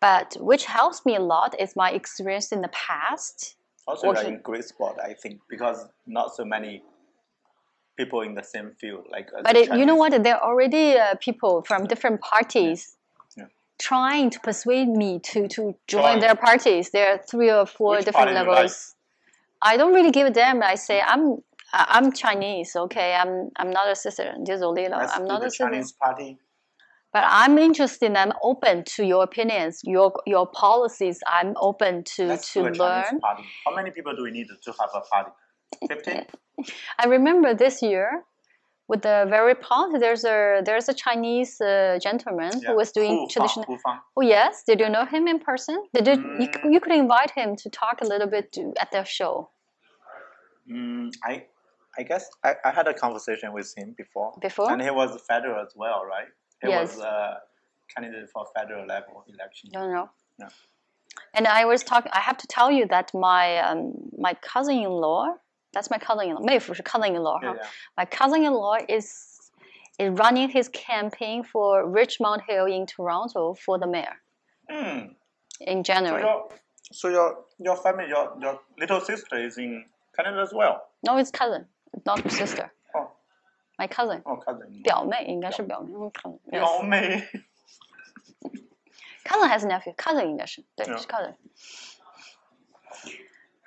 [SPEAKER 2] but which helps me a lot is my experience in the past
[SPEAKER 1] also you are
[SPEAKER 2] Okay.
[SPEAKER 1] in great spot i think because not so many people in the same field like as
[SPEAKER 2] but
[SPEAKER 1] a
[SPEAKER 2] it, you know
[SPEAKER 1] Chinese.
[SPEAKER 2] what there are already uh, people from different parties
[SPEAKER 1] Yeah.
[SPEAKER 2] trying to persuade me to to join
[SPEAKER 1] Trying.
[SPEAKER 2] their parties there are three or four
[SPEAKER 1] Which
[SPEAKER 2] different
[SPEAKER 1] party you Hmm.
[SPEAKER 2] levels i don't really give a damn i say i'm I- I'm Chinese, okay. I'm I'm not a citizen. This is Olilo.
[SPEAKER 1] Let's
[SPEAKER 2] I'm
[SPEAKER 1] do
[SPEAKER 2] not
[SPEAKER 1] the
[SPEAKER 2] a citizen.
[SPEAKER 1] chinese party
[SPEAKER 2] But I'm interested. I'm open to your opinions, your your policies. I'm open to
[SPEAKER 1] Let's
[SPEAKER 2] to
[SPEAKER 1] do a
[SPEAKER 2] learn.
[SPEAKER 1] chinese party how many people do we need to have a party
[SPEAKER 2] Uh,
[SPEAKER 1] 15
[SPEAKER 2] I remember this year with the very pond. There's a there's a Chinese uh, gentleman who was doing traditional. Oh yes, did you know him in person? Did you, you c-
[SPEAKER 1] Mm.
[SPEAKER 2] you could invite him to talk a little bit to, at their show
[SPEAKER 1] Mm, I, I guess I, I had a conversation with him before.
[SPEAKER 2] Before?
[SPEAKER 1] And he was federal as well, right? He
[SPEAKER 2] Yes. Oh,
[SPEAKER 1] was uh, candidate for federal level election.
[SPEAKER 2] No, no.
[SPEAKER 1] No.
[SPEAKER 2] And I was talking. I have to tell you that my um, my cousin-in-law. That's my cousin-in-law. Maybe for cousin-in-law.
[SPEAKER 1] Yeah,
[SPEAKER 2] huh?
[SPEAKER 1] yeah.
[SPEAKER 2] My cousin-in-law is is running his campaign for Richmond Hill in Toronto for the mayor
[SPEAKER 1] Mm.
[SPEAKER 2] in
[SPEAKER 1] So
[SPEAKER 2] January.
[SPEAKER 1] your so your your family, your your little sister is in Canada as well.
[SPEAKER 2] No, it's cousin, not sister.
[SPEAKER 1] Oh,
[SPEAKER 2] My cousin.
[SPEAKER 1] oh, cousin.
[SPEAKER 2] 表妹应该是表妹，cousin.
[SPEAKER 1] Your maid.
[SPEAKER 2] Cousin 还是 nephew？cousin 应该是对
[SPEAKER 1] Yeah.
[SPEAKER 2] 是 cousin.
[SPEAKER 1] *laughs*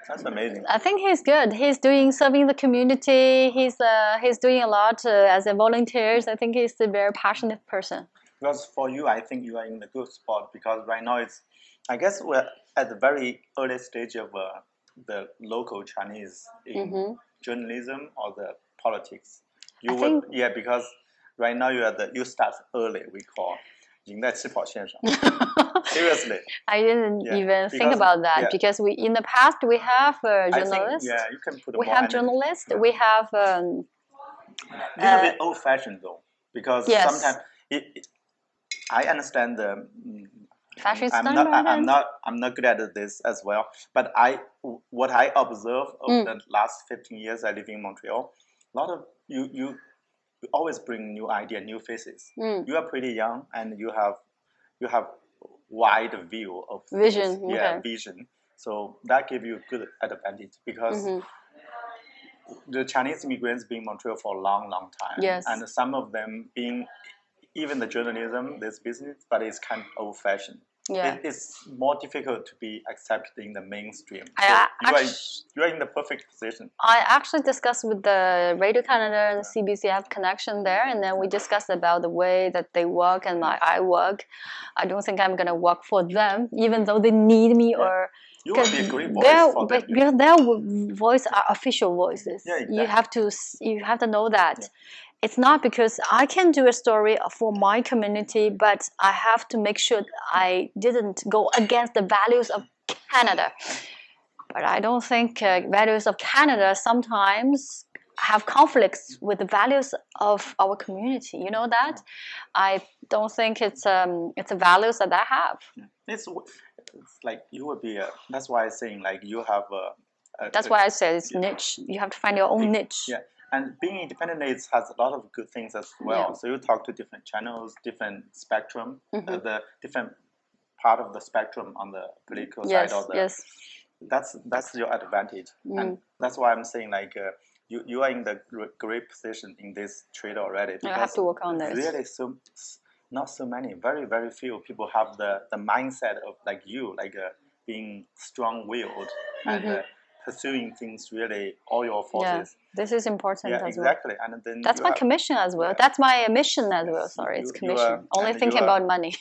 [SPEAKER 1] That's amazing.
[SPEAKER 2] I think he's good. He's doing serving the community. He's uh, he's doing a lot uh, as a volunteer. I think he's a very passionate person.
[SPEAKER 1] Because for you, I think you are in the good spot because right now it's, I guess we're at the very early stage of uh, the local Chinese in
[SPEAKER 2] Mhm.
[SPEAKER 1] journalism or the politics. You
[SPEAKER 2] I
[SPEAKER 1] would,
[SPEAKER 2] think-
[SPEAKER 1] yeah, because right now you are the you start early. We call
[SPEAKER 2] Mm.
[SPEAKER 1] 赢在起跑线上. Seriously,
[SPEAKER 2] *laughs* I didn't
[SPEAKER 1] Yeah,
[SPEAKER 2] even think
[SPEAKER 1] because-
[SPEAKER 2] about that
[SPEAKER 1] yeah.
[SPEAKER 2] because we in the past we have
[SPEAKER 1] I
[SPEAKER 2] uh,
[SPEAKER 1] think
[SPEAKER 2] journalists.
[SPEAKER 1] yeah, you can put
[SPEAKER 2] We
[SPEAKER 1] more
[SPEAKER 2] have
[SPEAKER 1] energy.
[SPEAKER 2] journalists. We have um,
[SPEAKER 1] A little
[SPEAKER 2] uh,
[SPEAKER 1] bit old fashioned though, because
[SPEAKER 2] Yes.
[SPEAKER 1] sometimes it, it- I understand the. mm,
[SPEAKER 2] fashion
[SPEAKER 1] I'm
[SPEAKER 2] style
[SPEAKER 1] not. I- I'm
[SPEAKER 2] models.
[SPEAKER 1] not. I'm not good at this as well. But I, what I observe over
[SPEAKER 2] Mm.
[SPEAKER 1] the last 15 years I live in Montreal, a lot of you, you, you always bring new idea, new faces.
[SPEAKER 2] Mm.
[SPEAKER 1] You are pretty young, and you have, you have wide view of things.
[SPEAKER 2] Vision,
[SPEAKER 1] Yeah,
[SPEAKER 2] okay.
[SPEAKER 1] vision. So that give you good advantage because
[SPEAKER 2] Mhm.
[SPEAKER 1] the Chinese immigrants been in Montreal for a long, long time.
[SPEAKER 2] Yes.
[SPEAKER 1] And some of them being even the journalism, this business, but it's kind of old fashioned.
[SPEAKER 2] yeah.
[SPEAKER 1] It, it's more difficult to be accepted in the mainstream. So
[SPEAKER 2] I, uh,
[SPEAKER 1] you, are,
[SPEAKER 2] actually,
[SPEAKER 1] you are in the perfect position.
[SPEAKER 2] I actually discussed with the Radio Canada and CBC have connection there, and then we discussed about the way that they work and I, I work. I don't think I'm gonna work for them, even though they need me
[SPEAKER 1] Yeah.
[SPEAKER 2] or
[SPEAKER 1] You will
[SPEAKER 2] because
[SPEAKER 1] be a great voice
[SPEAKER 2] their,
[SPEAKER 1] for them.
[SPEAKER 2] but because their wo- voice are official voices.
[SPEAKER 1] Yeah,
[SPEAKER 2] You
[SPEAKER 1] exactly.
[SPEAKER 2] have to s- you have to know that.
[SPEAKER 1] Yeah.
[SPEAKER 2] It's not because I can do a story for my community, but I have to make sure I didn't go against the values of Canada. But I don't think uh, values of Canada sometimes have conflicts with the values of our community. You know that? I don't think it's um it's the values that I have.
[SPEAKER 1] It's, w- it's like you will be a, that's why I'm saying like you have a, a
[SPEAKER 2] That's
[SPEAKER 1] a-
[SPEAKER 2] why I said it's niche. You have to find your own niche.
[SPEAKER 1] Yeah, and being independent is, has a lot of good things as well.
[SPEAKER 2] Yeah.
[SPEAKER 1] So you talk to different channels, different spectrum, uh,
[SPEAKER 2] Mhm.
[SPEAKER 1] the different part of the spectrum on the political
[SPEAKER 2] Yes,
[SPEAKER 1] side. Or the,
[SPEAKER 2] yes. Mm.
[SPEAKER 1] That's that's your advantage, and that's why I'm saying like uh, you you are in the gr- great position in this trade already.
[SPEAKER 2] I have
[SPEAKER 1] because
[SPEAKER 2] to work on this.
[SPEAKER 1] Really, so s- not so many, very very few people have the the mindset of like you, like uh, being strong-willed and uh, pursuing things really all your
[SPEAKER 2] Mm-hmm. Yeah,
[SPEAKER 1] forces.
[SPEAKER 2] this is important
[SPEAKER 1] Yeah,
[SPEAKER 2] as well.
[SPEAKER 1] exactly. And then
[SPEAKER 2] That's
[SPEAKER 1] you
[SPEAKER 2] my
[SPEAKER 1] have-
[SPEAKER 2] commission as well.
[SPEAKER 1] yeah.
[SPEAKER 2] That's my mission as well.
[SPEAKER 1] Yes,
[SPEAKER 2] Sorry,
[SPEAKER 1] you-
[SPEAKER 2] it's
[SPEAKER 1] you are-
[SPEAKER 2] commission. Only
[SPEAKER 1] and you
[SPEAKER 2] thinking
[SPEAKER 1] are-
[SPEAKER 2] about money.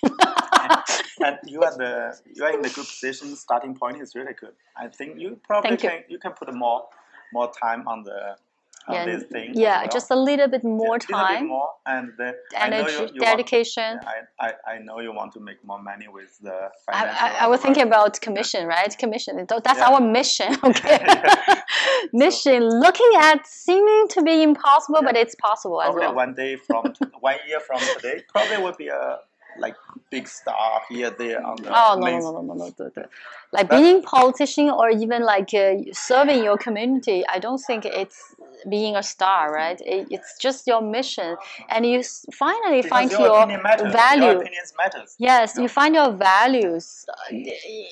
[SPEAKER 1] and you are the you are in the good position. Starting point is really good. I think you probably
[SPEAKER 2] Thank you.
[SPEAKER 1] can you can put more more time on the on
[SPEAKER 2] yeah,
[SPEAKER 1] this thing. as
[SPEAKER 2] yeah
[SPEAKER 1] well.
[SPEAKER 2] just a little bit more
[SPEAKER 1] Yeah, little bit
[SPEAKER 2] time,
[SPEAKER 1] more, and then I know
[SPEAKER 2] energy,
[SPEAKER 1] you, you want,
[SPEAKER 2] dedication.
[SPEAKER 1] yeah, I, I I know you want to make more money with the
[SPEAKER 2] I,
[SPEAKER 1] financial.
[SPEAKER 2] I, I was thinking
[SPEAKER 1] advice.
[SPEAKER 2] about commission, right? Commission. Th- That's
[SPEAKER 1] Yeah.
[SPEAKER 2] our mission, *laughs* okay?
[SPEAKER 1] *laughs* Yeah.
[SPEAKER 2] mission. Looking at seeming to be impossible, but it's possible as
[SPEAKER 1] Probably
[SPEAKER 2] well.
[SPEAKER 1] one day
[SPEAKER 2] *laughs*
[SPEAKER 1] from one year from today, probably will be a like big star here there on the
[SPEAKER 2] Oh no, no
[SPEAKER 1] main-
[SPEAKER 2] no no no no no, no! Like
[SPEAKER 1] That-
[SPEAKER 2] being politician or even like uh, serving your community, I don't think it's being a star, right? It, it's just your mission, and you s- finally
[SPEAKER 1] because
[SPEAKER 2] find
[SPEAKER 1] your,
[SPEAKER 2] your
[SPEAKER 1] opinion matters. Your
[SPEAKER 2] value.
[SPEAKER 1] opinions matters.
[SPEAKER 2] Yes, you
[SPEAKER 1] Yeah.
[SPEAKER 2] find your values uh,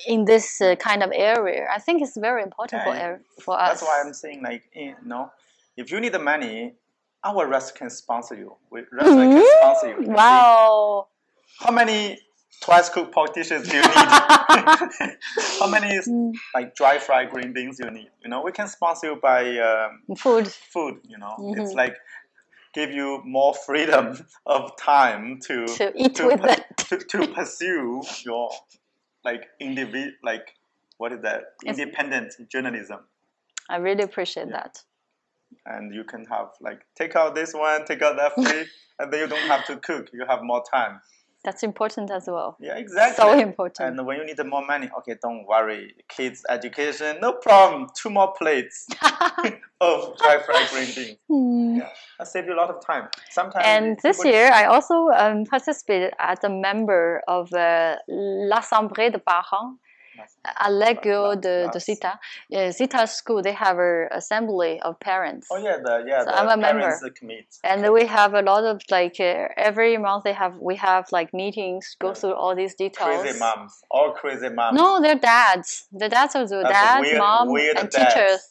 [SPEAKER 2] in this uh, kind of area. I think it's very important
[SPEAKER 1] Yeah,
[SPEAKER 2] for
[SPEAKER 1] it-
[SPEAKER 2] er- for us.
[SPEAKER 1] That's why I'm saying like eh, no, if you need the money, our restaurant can sponsor you. We restaurant can sponsor you. You see,
[SPEAKER 2] Mm-hmm. Wow. *laughs*
[SPEAKER 1] how many twice cooked pork dishes do you need? *laughs* how many
[SPEAKER 2] Mm,
[SPEAKER 1] like dry fried green beans you need? You know, we can sponsor you by um,
[SPEAKER 2] Food.
[SPEAKER 1] food. You know, it's
[SPEAKER 2] Mhm.
[SPEAKER 1] like give you more freedom of time to
[SPEAKER 2] To eat
[SPEAKER 1] to,
[SPEAKER 2] with
[SPEAKER 1] pu-
[SPEAKER 2] it.
[SPEAKER 1] to, to pursue your like individual like what is that
[SPEAKER 2] It's-
[SPEAKER 1] independent journalism
[SPEAKER 2] I really appreciate
[SPEAKER 1] Yeah.
[SPEAKER 2] that.
[SPEAKER 1] and you can have like take out this one, take out
[SPEAKER 2] *laughs*
[SPEAKER 1] that free, and then you don't have to cook. You have more time.
[SPEAKER 2] That's important as well.
[SPEAKER 1] Yeah, exactly.
[SPEAKER 2] So important.
[SPEAKER 1] And when you need more money, okay, don't worry. Kids' education, no problem. Two more
[SPEAKER 2] *laughs*
[SPEAKER 1] plates *laughs* of dry fried green beans.
[SPEAKER 2] Hmm.
[SPEAKER 1] Yeah, that save you a lot of time. Sometimes.
[SPEAKER 2] And
[SPEAKER 1] people-
[SPEAKER 2] this year, I also um, participated as a member of uh, l'Assemblée de Parents at Lego de, de
[SPEAKER 1] That's-
[SPEAKER 2] Zita. Uh, Zita School, they have an assembly of parents.
[SPEAKER 1] Oh yeah, the yeah
[SPEAKER 2] So
[SPEAKER 1] the
[SPEAKER 2] I'm a member.
[SPEAKER 1] parents commit.
[SPEAKER 2] And then we have a lot of like uh, every month they have we have like meetings go
[SPEAKER 1] Yeah.
[SPEAKER 2] through all these details.
[SPEAKER 1] Crazy moms, all crazy moms.
[SPEAKER 2] No, they're dads. The dads are the
[SPEAKER 1] That's
[SPEAKER 2] dads,
[SPEAKER 1] weird-
[SPEAKER 2] mom,
[SPEAKER 1] weird
[SPEAKER 2] and
[SPEAKER 1] dads.
[SPEAKER 2] teachers.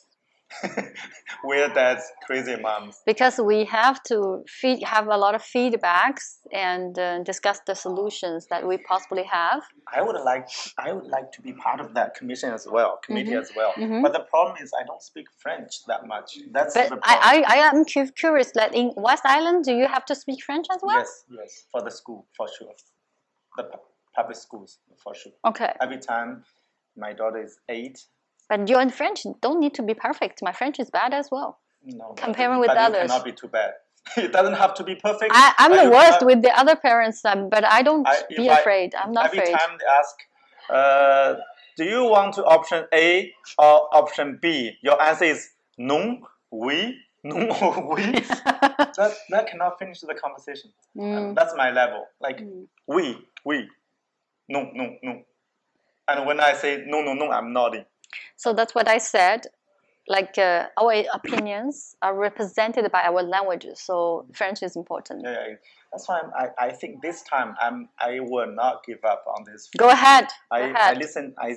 [SPEAKER 1] *laughs* weird dads, crazy moms.
[SPEAKER 2] because we have to feed, have a lot of feedbacks and uh, discuss the solutions that we possibly have.
[SPEAKER 1] I would like I would like to be part of that commission as well, committee as well.
[SPEAKER 2] mhm.
[SPEAKER 1] But the problem is I don't speak French that much. That's
[SPEAKER 2] But
[SPEAKER 1] the problem.
[SPEAKER 2] I, I, I am cu- curious that in West Island, do you have to speak French as well?
[SPEAKER 1] yes, yes, for the school for sure, the pu- public schools for sure.
[SPEAKER 2] Okay,
[SPEAKER 1] Every time my daughter is eight,
[SPEAKER 2] but your French don't need to be perfect. My French is bad as well.
[SPEAKER 1] you know,
[SPEAKER 2] Comparing
[SPEAKER 1] but
[SPEAKER 2] with
[SPEAKER 1] it
[SPEAKER 2] others.
[SPEAKER 1] cannot be too bad. *laughs* it doesn't have to be perfect.
[SPEAKER 2] I, I'm
[SPEAKER 1] but
[SPEAKER 2] the
[SPEAKER 1] you
[SPEAKER 2] worst
[SPEAKER 1] cannot-
[SPEAKER 2] with the other parents, um, but I don't
[SPEAKER 1] I-
[SPEAKER 2] be
[SPEAKER 1] if I-
[SPEAKER 2] afraid. I'm not
[SPEAKER 1] every
[SPEAKER 2] afraid.
[SPEAKER 1] time they ask, uh, do you want to option A or option B? Your answer is no, we, no, we. that, that cannot finish the conversation.
[SPEAKER 2] Mm.
[SPEAKER 1] Um, that's my level. Like, we, we, no, no, no. And when I say no, no, no, I'm nodding.
[SPEAKER 2] So that's what I said. Like uh, our opinions are represented by our languages, so French is important.
[SPEAKER 1] Yeah, yeah. That's why I'm, I, I think this time I'm, I will not give up on this.
[SPEAKER 2] Go ahead. Go
[SPEAKER 1] I, I
[SPEAKER 2] ahead.
[SPEAKER 1] listen. I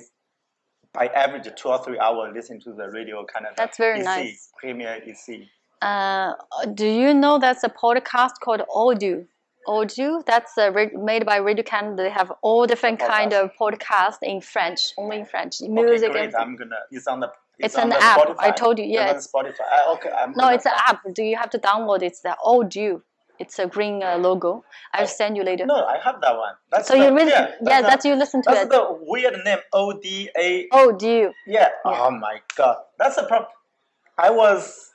[SPEAKER 1] by average two or three hours listen to the radio Canada.
[SPEAKER 2] That's very
[SPEAKER 1] EC,
[SPEAKER 2] nice.
[SPEAKER 1] Premier E EC.
[SPEAKER 2] Uh, do you know that's a podcast called Audio? Odoo. That's uh, ra- made by Radio Canada. They have all different kind of podcast in French, only in French, music.
[SPEAKER 1] okay,
[SPEAKER 2] and
[SPEAKER 1] great. I'm gonna. It's on the.
[SPEAKER 2] It's
[SPEAKER 1] on
[SPEAKER 2] an
[SPEAKER 1] the
[SPEAKER 2] app.
[SPEAKER 1] Spotify.
[SPEAKER 2] I told you, yeah,
[SPEAKER 1] It's on Spotify. Ah, okay, I'm
[SPEAKER 2] no,
[SPEAKER 1] gonna-
[SPEAKER 2] it's an app. Do you have to download? it? It's the Odoo. It's a green uh, logo. I'll send you later.
[SPEAKER 1] Oh. No, I have that one. That's
[SPEAKER 2] so
[SPEAKER 1] the,
[SPEAKER 2] you really,
[SPEAKER 1] yeah,
[SPEAKER 2] yeah, that's you listen to
[SPEAKER 1] that's
[SPEAKER 2] it.
[SPEAKER 1] the weird name O D A
[SPEAKER 2] Odoo.
[SPEAKER 1] Yeah. Oh my god. That's a problem. I was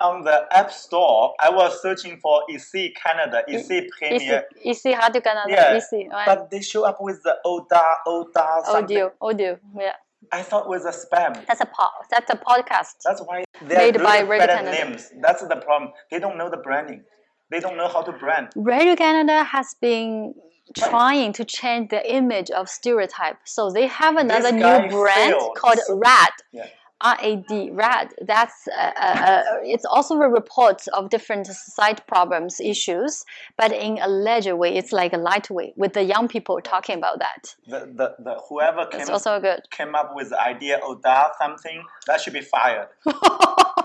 [SPEAKER 1] on the App Store. I was searching for EC Canada,
[SPEAKER 2] E
[SPEAKER 1] EC
[SPEAKER 2] Ici,
[SPEAKER 1] Premier,
[SPEAKER 2] ici Radio Canada.
[SPEAKER 1] uh, Yeah,
[SPEAKER 2] Ici, ouais.
[SPEAKER 1] but they show up with the ODA, ODA something.
[SPEAKER 2] Odoo. Odoo. Yeah,
[SPEAKER 1] I thought it was a spam.
[SPEAKER 2] that's a po- That's a podcast.
[SPEAKER 1] That's why they
[SPEAKER 2] Made
[SPEAKER 1] are
[SPEAKER 2] by
[SPEAKER 1] really
[SPEAKER 2] Red
[SPEAKER 1] bad
[SPEAKER 2] Canada.
[SPEAKER 1] at names. That's the problem. They don't know the branding. They don't know how to brand.
[SPEAKER 2] Radio Canada has been trying to change the image of stereotype. So they have another
[SPEAKER 1] guy
[SPEAKER 2] new brand
[SPEAKER 1] failed.
[SPEAKER 2] called RAD.
[SPEAKER 1] Yeah.
[SPEAKER 2] RAD, RAD. That's uh, uh, uh, it's also a report of different society problems, issues, but in a leisure way. It's like a light way with the young people talking about that.
[SPEAKER 1] The, the, the whoever
[SPEAKER 2] It's
[SPEAKER 1] came,
[SPEAKER 2] also good.
[SPEAKER 1] came up with the idea ODA something that should be
[SPEAKER 2] *laughs*
[SPEAKER 1] fired.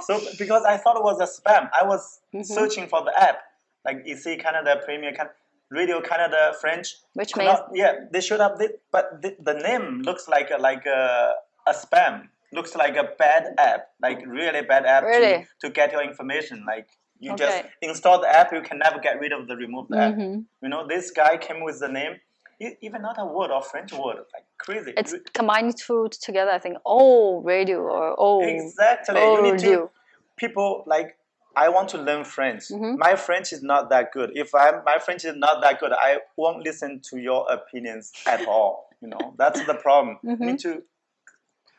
[SPEAKER 1] So because I thought it was a spam, I was
[SPEAKER 2] Mm-hmm.
[SPEAKER 1] searching for the app like EC Canada, Premier Can- Radio Canada, French.
[SPEAKER 2] Which
[SPEAKER 1] Could
[SPEAKER 2] means-
[SPEAKER 1] not- yeah, they showed up. They, but the, the name looks like a, like a, a spam. Looks like a bad app, like really bad app
[SPEAKER 2] Really?
[SPEAKER 1] to, to get your information. Like you just
[SPEAKER 2] Okay. Mm-hmm.
[SPEAKER 1] install the app, you can never get rid of the remove the app. You know, this guy came with the name, e- even not a word or French word, like crazy.
[SPEAKER 2] It's
[SPEAKER 1] Re-
[SPEAKER 2] combining two together. I think oh radio or oh
[SPEAKER 1] Exactly.
[SPEAKER 2] oh
[SPEAKER 1] you need
[SPEAKER 2] radio.
[SPEAKER 1] to people like I want to learn French.
[SPEAKER 2] Mm-hmm.
[SPEAKER 1] My French is not that good. If I'm my French is not that good, I won't listen to your opinions at all. You know, that's the
[SPEAKER 2] *laughs*
[SPEAKER 1] problem. You need to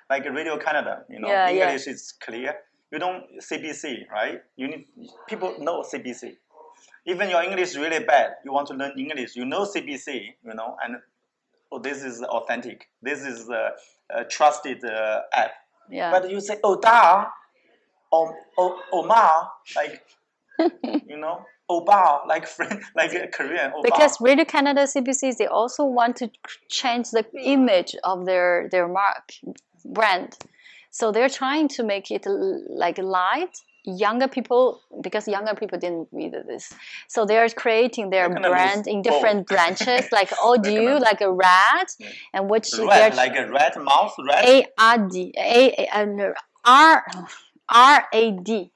[SPEAKER 1] like Radio Canada, you know,
[SPEAKER 2] Mm-hmm. Yeah, yeah.
[SPEAKER 1] English is clear. You don't CBC, right? You need people know CBC. Even your English is really bad. You want to learn English. You know CBC, you know, and oh, this is authentic. This is a, a trusted uh, app.
[SPEAKER 2] Yeah.
[SPEAKER 1] But you say "Oh, Oda, Om, o, Omar, "Oh,
[SPEAKER 2] *laughs*
[SPEAKER 1] like you know, Oba, like friend, *laughs* like a Korean. "Oh, Oba.
[SPEAKER 2] because Radio Canada CBCs they also want to c- change the image of their their mark brand, so they're trying to make it l- like light younger people because younger people didn't read this so they're creating their
[SPEAKER 1] They're gonna
[SPEAKER 2] brand
[SPEAKER 1] lose
[SPEAKER 2] in different
[SPEAKER 1] both. *laughs*
[SPEAKER 2] branches like audio
[SPEAKER 1] gonna-
[SPEAKER 2] like a rat and which is
[SPEAKER 1] red,
[SPEAKER 2] they're
[SPEAKER 1] like a red mouth, red.
[SPEAKER 2] A R D A A- no, R R A D.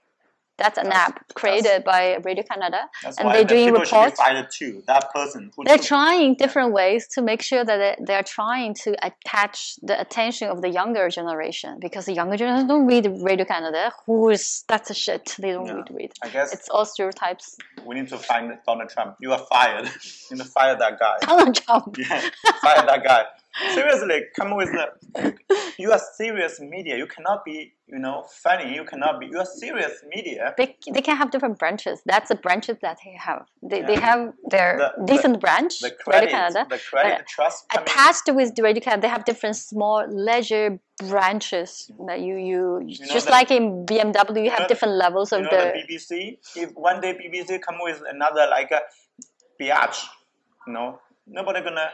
[SPEAKER 2] That's an
[SPEAKER 1] That's-
[SPEAKER 2] app created by Radio Canada,
[SPEAKER 1] That's
[SPEAKER 2] and
[SPEAKER 1] why
[SPEAKER 2] they're
[SPEAKER 1] the
[SPEAKER 2] doing
[SPEAKER 1] people should be
[SPEAKER 2] reports.
[SPEAKER 1] fired too. That person who
[SPEAKER 2] They're
[SPEAKER 1] took-
[SPEAKER 2] trying different ways to make sure that they- they're trying to attach the attention of the younger generation because the younger generation don't read Radio Canada. Who is that's a shit? They don't
[SPEAKER 1] Yeah.
[SPEAKER 2] read read.
[SPEAKER 1] I guess
[SPEAKER 2] It's all stereotypes. *laughs*
[SPEAKER 1] we need to find Donald Trump. You are fired. *laughs* you need to fire that guy. *laughs*
[SPEAKER 2] Donald Trump.
[SPEAKER 1] Yeah, fire that guy. Seriously, come with the. You are serious media. You cannot be, you know, funny. You cannot be. You are serious media.
[SPEAKER 2] They, they can have different branches. That's the branches that they have. They, they
[SPEAKER 1] Yeah.
[SPEAKER 2] have their
[SPEAKER 1] The- the-
[SPEAKER 2] decent branch,
[SPEAKER 1] The
[SPEAKER 2] Radio
[SPEAKER 1] credit,
[SPEAKER 2] Canada. Uh,
[SPEAKER 1] the credit,
[SPEAKER 2] but
[SPEAKER 1] trust. I mean,
[SPEAKER 2] attached with the radio card, they have different small leisure branches that you you,
[SPEAKER 1] know
[SPEAKER 2] just
[SPEAKER 1] the-
[SPEAKER 2] like in BMW you have
[SPEAKER 1] know-
[SPEAKER 2] different levels of
[SPEAKER 1] you know
[SPEAKER 2] the,
[SPEAKER 1] the, BBC. If one day BBC come with another like a biatch, you know, nobody gonna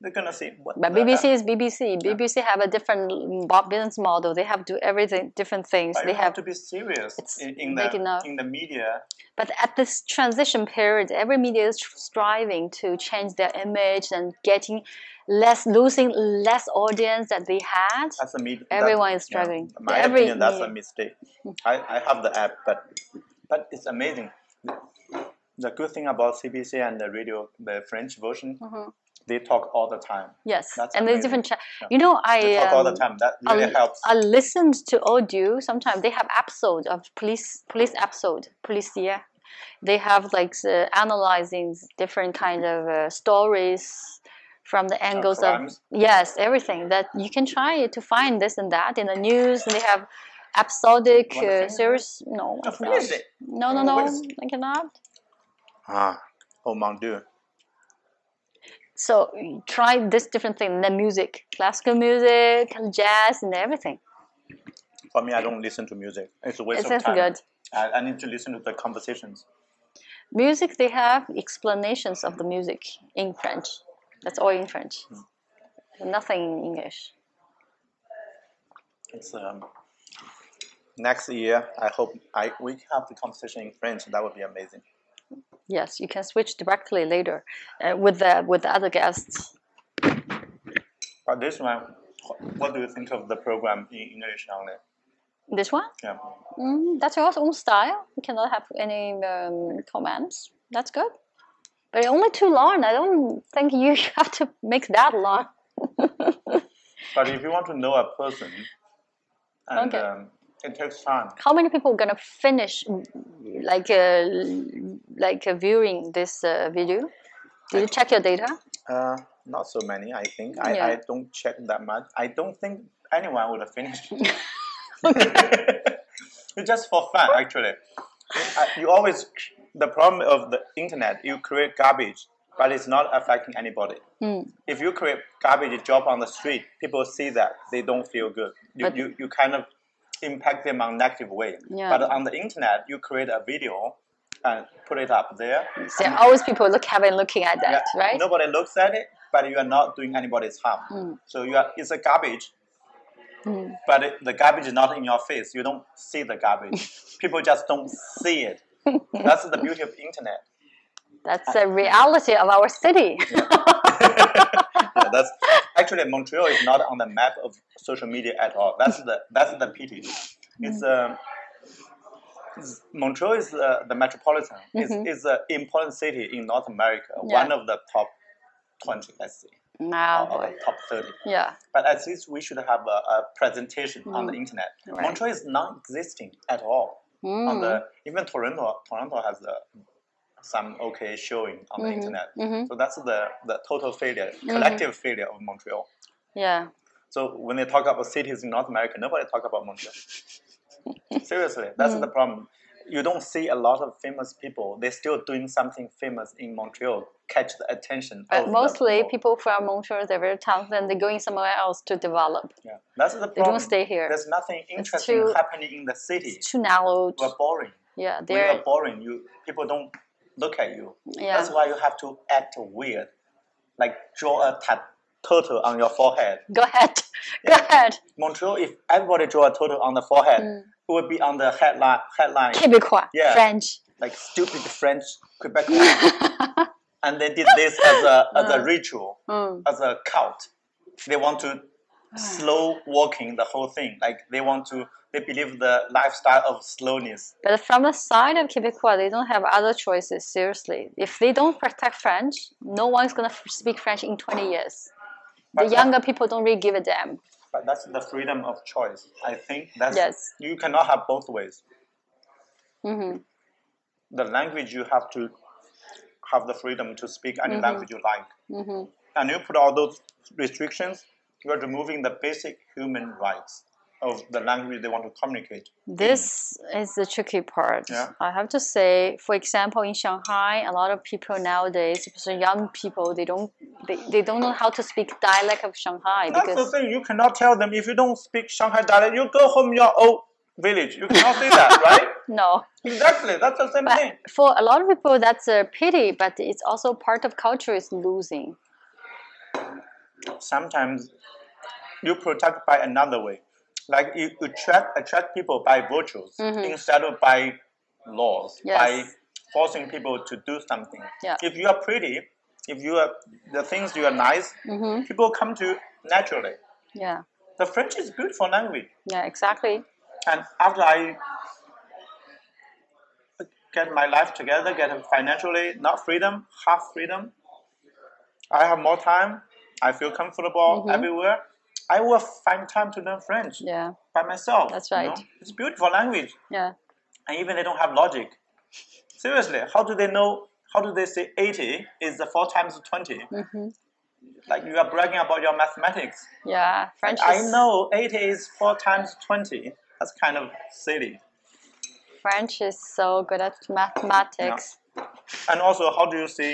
[SPEAKER 1] they're gonna see. What
[SPEAKER 2] but
[SPEAKER 1] the
[SPEAKER 2] BBC
[SPEAKER 1] hell?
[SPEAKER 2] is BBC. BBC have a different mo- business model. They have do everything different things.
[SPEAKER 1] But
[SPEAKER 2] They
[SPEAKER 1] you have
[SPEAKER 2] have
[SPEAKER 1] to be serious
[SPEAKER 2] it's
[SPEAKER 1] in, in
[SPEAKER 2] big
[SPEAKER 1] the
[SPEAKER 2] enough.
[SPEAKER 1] in the media.
[SPEAKER 2] but at this transition period, every media is tr- striving to change their image and getting less losing less audience that they had.
[SPEAKER 1] That's a media.
[SPEAKER 2] Everyone is struggling.
[SPEAKER 1] my
[SPEAKER 2] Every
[SPEAKER 1] opinion, that's a
[SPEAKER 2] media.
[SPEAKER 1] mistake. I, I have the app, but but it's amazing. The good thing about CBC and the radio, the French version,
[SPEAKER 2] Mm-hmm.
[SPEAKER 1] they talk all the time.
[SPEAKER 2] Yes,
[SPEAKER 1] That's
[SPEAKER 2] and there's
[SPEAKER 1] amazing.
[SPEAKER 2] different. Cha-
[SPEAKER 1] Yeah.
[SPEAKER 2] You know, I
[SPEAKER 1] They talk all the
[SPEAKER 2] um, uh,
[SPEAKER 1] time. That
[SPEAKER 2] I,
[SPEAKER 1] really helps.
[SPEAKER 2] I listened to audio. Sometimes they have episodes of police police episode police yeah. They have like uh, analyzing different kind of uh, stories from the angles of
[SPEAKER 1] crimes.
[SPEAKER 2] yes everything that you can try to find this and that in the news. And they have episodic
[SPEAKER 1] wanna
[SPEAKER 2] uh,
[SPEAKER 1] finish it?
[SPEAKER 2] series. No, I
[SPEAKER 1] Just
[SPEAKER 2] cannot.
[SPEAKER 1] finish it.
[SPEAKER 2] No, no,
[SPEAKER 1] Mm, what
[SPEAKER 2] no,
[SPEAKER 1] is-
[SPEAKER 2] I cannot.
[SPEAKER 1] ah, oh mon dieu.
[SPEAKER 2] So try this different thing. The music, classical music, jazz, and everything.
[SPEAKER 1] For me, I don't listen to music. It's a waste
[SPEAKER 2] It's
[SPEAKER 1] of
[SPEAKER 2] just
[SPEAKER 1] time.
[SPEAKER 2] good.
[SPEAKER 1] I, I need to listen to the conversations.
[SPEAKER 2] music they have explanations of the music in french that's all in french nothing in english
[SPEAKER 1] It's um, next year. I hope I we have the conversation in French. That would be amazing.
[SPEAKER 2] Yes, you can switch directly later uh, with the with the other guests.
[SPEAKER 1] But this one, wh- what do you think of the program in English only?
[SPEAKER 2] This one,
[SPEAKER 1] Yeah.
[SPEAKER 2] mm, that's your own style. We cannot have any um, comments. That's good, but only too long. I don't think you *laughs* have to make that long.
[SPEAKER 1] But if you want to know a person, and
[SPEAKER 2] Okay.
[SPEAKER 1] um, it takes time.
[SPEAKER 2] How many people gonna finish mm, like uh, like uh, viewing this uh, video? Did you check your data?
[SPEAKER 1] Uh, not so many, I think. I,
[SPEAKER 2] Yeah.
[SPEAKER 1] I don't check that much. I don't think anyone would have
[SPEAKER 2] *laughs*
[SPEAKER 1] finished. *laughs* it's just for fun, actually. I- You always, the problem of the internet, you create garbage, but it's not affecting anybody.
[SPEAKER 2] Hmm.
[SPEAKER 1] If you create garbage job on the street, people see that, they don't feel good. You,
[SPEAKER 2] But-
[SPEAKER 1] you, you kind of impact them on negative way.
[SPEAKER 2] Yeah.
[SPEAKER 1] But on the internet, you create a video and put it up there.
[SPEAKER 2] There are always people look having looking at that,
[SPEAKER 1] Yeah,
[SPEAKER 2] right? Hmm.
[SPEAKER 1] Nobody looks at it, but you are not doing anybody's harm. So you are, it's a garbage, but it, the garbage is not in your face. You don't see the garbage.
[SPEAKER 2] *laughs*
[SPEAKER 1] People just don't see it. That's the beauty of internet.
[SPEAKER 2] That's the reality of our city.
[SPEAKER 1] Yeah, that's actually Montreal is not on the map of social media at all. That's the that's the pity.
[SPEAKER 2] Hmm.
[SPEAKER 1] It's um, it's- Montreal is uh, the metropolitan. It's, it's an important city in North America.
[SPEAKER 2] Mm-hmm. Yeah. Oh,
[SPEAKER 1] One of the top twenty, let's say,
[SPEAKER 2] *laughs* Now,
[SPEAKER 1] or top thirty.
[SPEAKER 2] yeah,
[SPEAKER 1] but at least we should have a, a presentation on the internet.
[SPEAKER 2] Mm. Right.
[SPEAKER 1] Montreal is non-existing at all.
[SPEAKER 2] Mm.
[SPEAKER 1] On the even Toronto, Toronto has uh some okay showing on
[SPEAKER 2] Mm-hmm.
[SPEAKER 1] the internet. So that's the, the total failure, collective failure of Montreal.
[SPEAKER 2] yeah.
[SPEAKER 1] So when they talk about cities in North America, nobody talk about
[SPEAKER 2] *laughs*
[SPEAKER 1] Montreal. Seriously, that's
[SPEAKER 2] Mm.
[SPEAKER 1] the problem. You don't see a lot of famous people. They're still doing something famous in Montreal. Catch the attention.
[SPEAKER 2] But
[SPEAKER 1] of the
[SPEAKER 2] mostly people from Montreal, they're very talented. They're going somewhere else to develop.
[SPEAKER 1] Yeah, that's the problem.
[SPEAKER 2] don't stay here.
[SPEAKER 1] There's nothing interesting
[SPEAKER 2] too-
[SPEAKER 1] happening in the city.
[SPEAKER 2] Too narrow.
[SPEAKER 1] You are boring. When
[SPEAKER 2] Yeah,
[SPEAKER 1] you
[SPEAKER 2] they're
[SPEAKER 1] are boring, you people don't look at you.
[SPEAKER 2] Yeah.
[SPEAKER 1] That's why you have to act weird, like draw a tat- turtle on your forehead.
[SPEAKER 2] *laughs* go ahead, go ahead.
[SPEAKER 1] Montreal, if everybody draw a turtle on the forehead,
[SPEAKER 2] Hmm.
[SPEAKER 1] it would be on the headline. Headline
[SPEAKER 2] Quebecois,
[SPEAKER 1] Yeah.
[SPEAKER 2] French.
[SPEAKER 1] like stupid French
[SPEAKER 2] *laughs*
[SPEAKER 1] Quebecois. and they did this as a as a ritual,
[SPEAKER 2] Mm.
[SPEAKER 1] as a cult. They want to slow walking the whole thing. Like they want to they believe the lifestyle of slowness.
[SPEAKER 2] But from the side of Quebecois, they don't have other choices. Seriously, if they don't protect French, no one's gonna f- speak French in 20 years. The
[SPEAKER 1] But-
[SPEAKER 2] younger people don't really give a damn.
[SPEAKER 1] But that's the freedom of choice. I think that's
[SPEAKER 2] Yes. Mm-hmm.
[SPEAKER 1] you cannot have both ways. The language you have to have the freedom to speak
[SPEAKER 2] Mm-hmm.
[SPEAKER 1] any language you like. And you put all those restrictions, you are removing the basic human rights of the language they want to communicate.
[SPEAKER 2] This is the tricky part.
[SPEAKER 1] Mm. Yeah.
[SPEAKER 2] I have to say, for example, in Shanghai, a lot of people nowadays, especially young people, they don't they, they don't know how to speak dialect of Shanghai
[SPEAKER 1] That's
[SPEAKER 2] because
[SPEAKER 1] the thing. You cannot tell them if you don't speak Shanghai dialect, you go home your old village. You cannot say that, *laughs* right?
[SPEAKER 2] no.
[SPEAKER 1] Exactly. That's the same thing.
[SPEAKER 2] But *laughs* for a lot of people, that's a pity, but it's also part of culture is losing.
[SPEAKER 1] Sometimes you protect by another way, like you you attract attract people by virtues instead of by laws,
[SPEAKER 2] Mm-hmm. Yes.
[SPEAKER 1] by forcing people to do something.
[SPEAKER 2] Yeah.
[SPEAKER 1] If you are pretty, if you are the things you are nice,
[SPEAKER 2] Mm-hmm.
[SPEAKER 1] people come to you naturally.
[SPEAKER 2] Yeah,
[SPEAKER 1] The French is beautiful language.
[SPEAKER 2] yeah, exactly.
[SPEAKER 1] And after I get my life together, get financially not freedom, half freedom, I have more time. I feel comfortable everywhere. I will find time to learn French
[SPEAKER 2] Mm-hmm. Yeah,
[SPEAKER 1] by myself.
[SPEAKER 2] That's
[SPEAKER 1] you
[SPEAKER 2] right.
[SPEAKER 1] know? It's beautiful language,
[SPEAKER 2] yeah,
[SPEAKER 1] and even they don't have logic. Seriously, how do they know? How do they say eighty is the four times 20
[SPEAKER 2] Mm-hmm.
[SPEAKER 1] Like you are bragging about your mathematics.
[SPEAKER 2] yeah. French.
[SPEAKER 1] I
[SPEAKER 2] is-
[SPEAKER 1] know eighty is four times twenty. That's kind of silly.
[SPEAKER 2] French is so good at mathematics.
[SPEAKER 1] And also, how do you see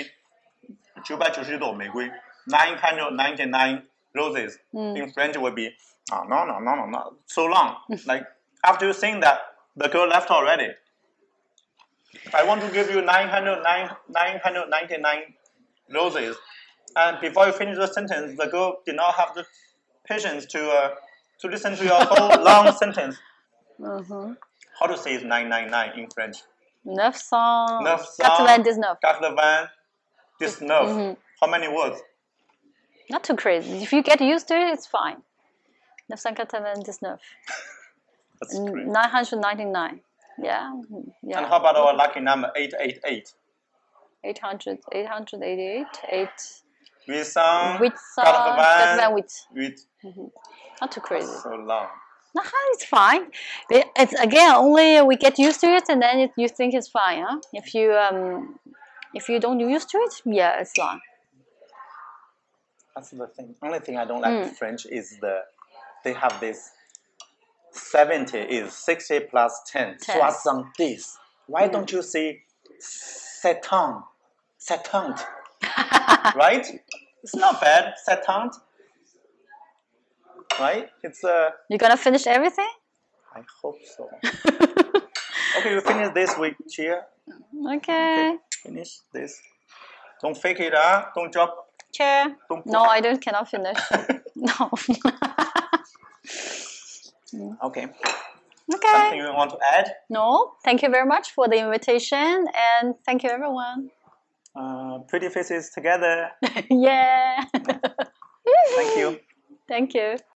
[SPEAKER 1] 999 roses in French would be, oh, no, no, no, no, no, so long. like, after you sing that, the girl left already. I want to give you 909 999 roses. And before you finish the sentence, the girl did not have the patience to, uh, to
[SPEAKER 2] Mm-hmm.
[SPEAKER 1] listen to your whole long sentence. How to say it's 999 in French?
[SPEAKER 2] 900.
[SPEAKER 1] 900.
[SPEAKER 2] 99.
[SPEAKER 1] 99. How many words?
[SPEAKER 2] Not too crazy. If you get used to it, it's fine. 999.
[SPEAKER 1] That's
[SPEAKER 2] Mm,
[SPEAKER 1] great.
[SPEAKER 2] 999. Yeah. Yeah.
[SPEAKER 1] And how about our lucky number 888?
[SPEAKER 2] 800, 888, 8.
[SPEAKER 1] With some,
[SPEAKER 2] With some,
[SPEAKER 1] Carvan,
[SPEAKER 2] with,
[SPEAKER 1] with
[SPEAKER 2] not too crazy.
[SPEAKER 1] so long.
[SPEAKER 2] Nah, it's fine. It- It's again only we get used to it, and then it, you think it's fine. Huh? If you um, if you don't used to it, yeah, it's long.
[SPEAKER 1] That's the thing. Only thing I don't like
[SPEAKER 2] Mm.
[SPEAKER 1] in French is the they have this seventy is sixty plus ten.
[SPEAKER 2] Ten. Mm.
[SPEAKER 1] Soixante-dix. Why don't you say setan?
[SPEAKER 2] *laughs*
[SPEAKER 1] Setante. right? It's not bad. Setante. Right? It's uh
[SPEAKER 2] You're gonna finish everything.
[SPEAKER 1] I hope
[SPEAKER 2] *laughs*
[SPEAKER 1] so. okay, you finish this week, Chia.
[SPEAKER 2] Okay.
[SPEAKER 1] Finish this. Don't fake it out. Don't drop.
[SPEAKER 2] Chair.
[SPEAKER 1] Don't
[SPEAKER 2] No, I don't. Cannot
[SPEAKER 1] *laughs*
[SPEAKER 2] finish. no.
[SPEAKER 1] Okay. Something
[SPEAKER 2] okay.
[SPEAKER 1] you want to add?
[SPEAKER 2] No. Thank you very much for the invitation, and thank you everyone. *laughs*
[SPEAKER 1] Uh, pretty faces together.
[SPEAKER 2] yeah. *laughs*
[SPEAKER 1] Thank you.
[SPEAKER 2] Thank you.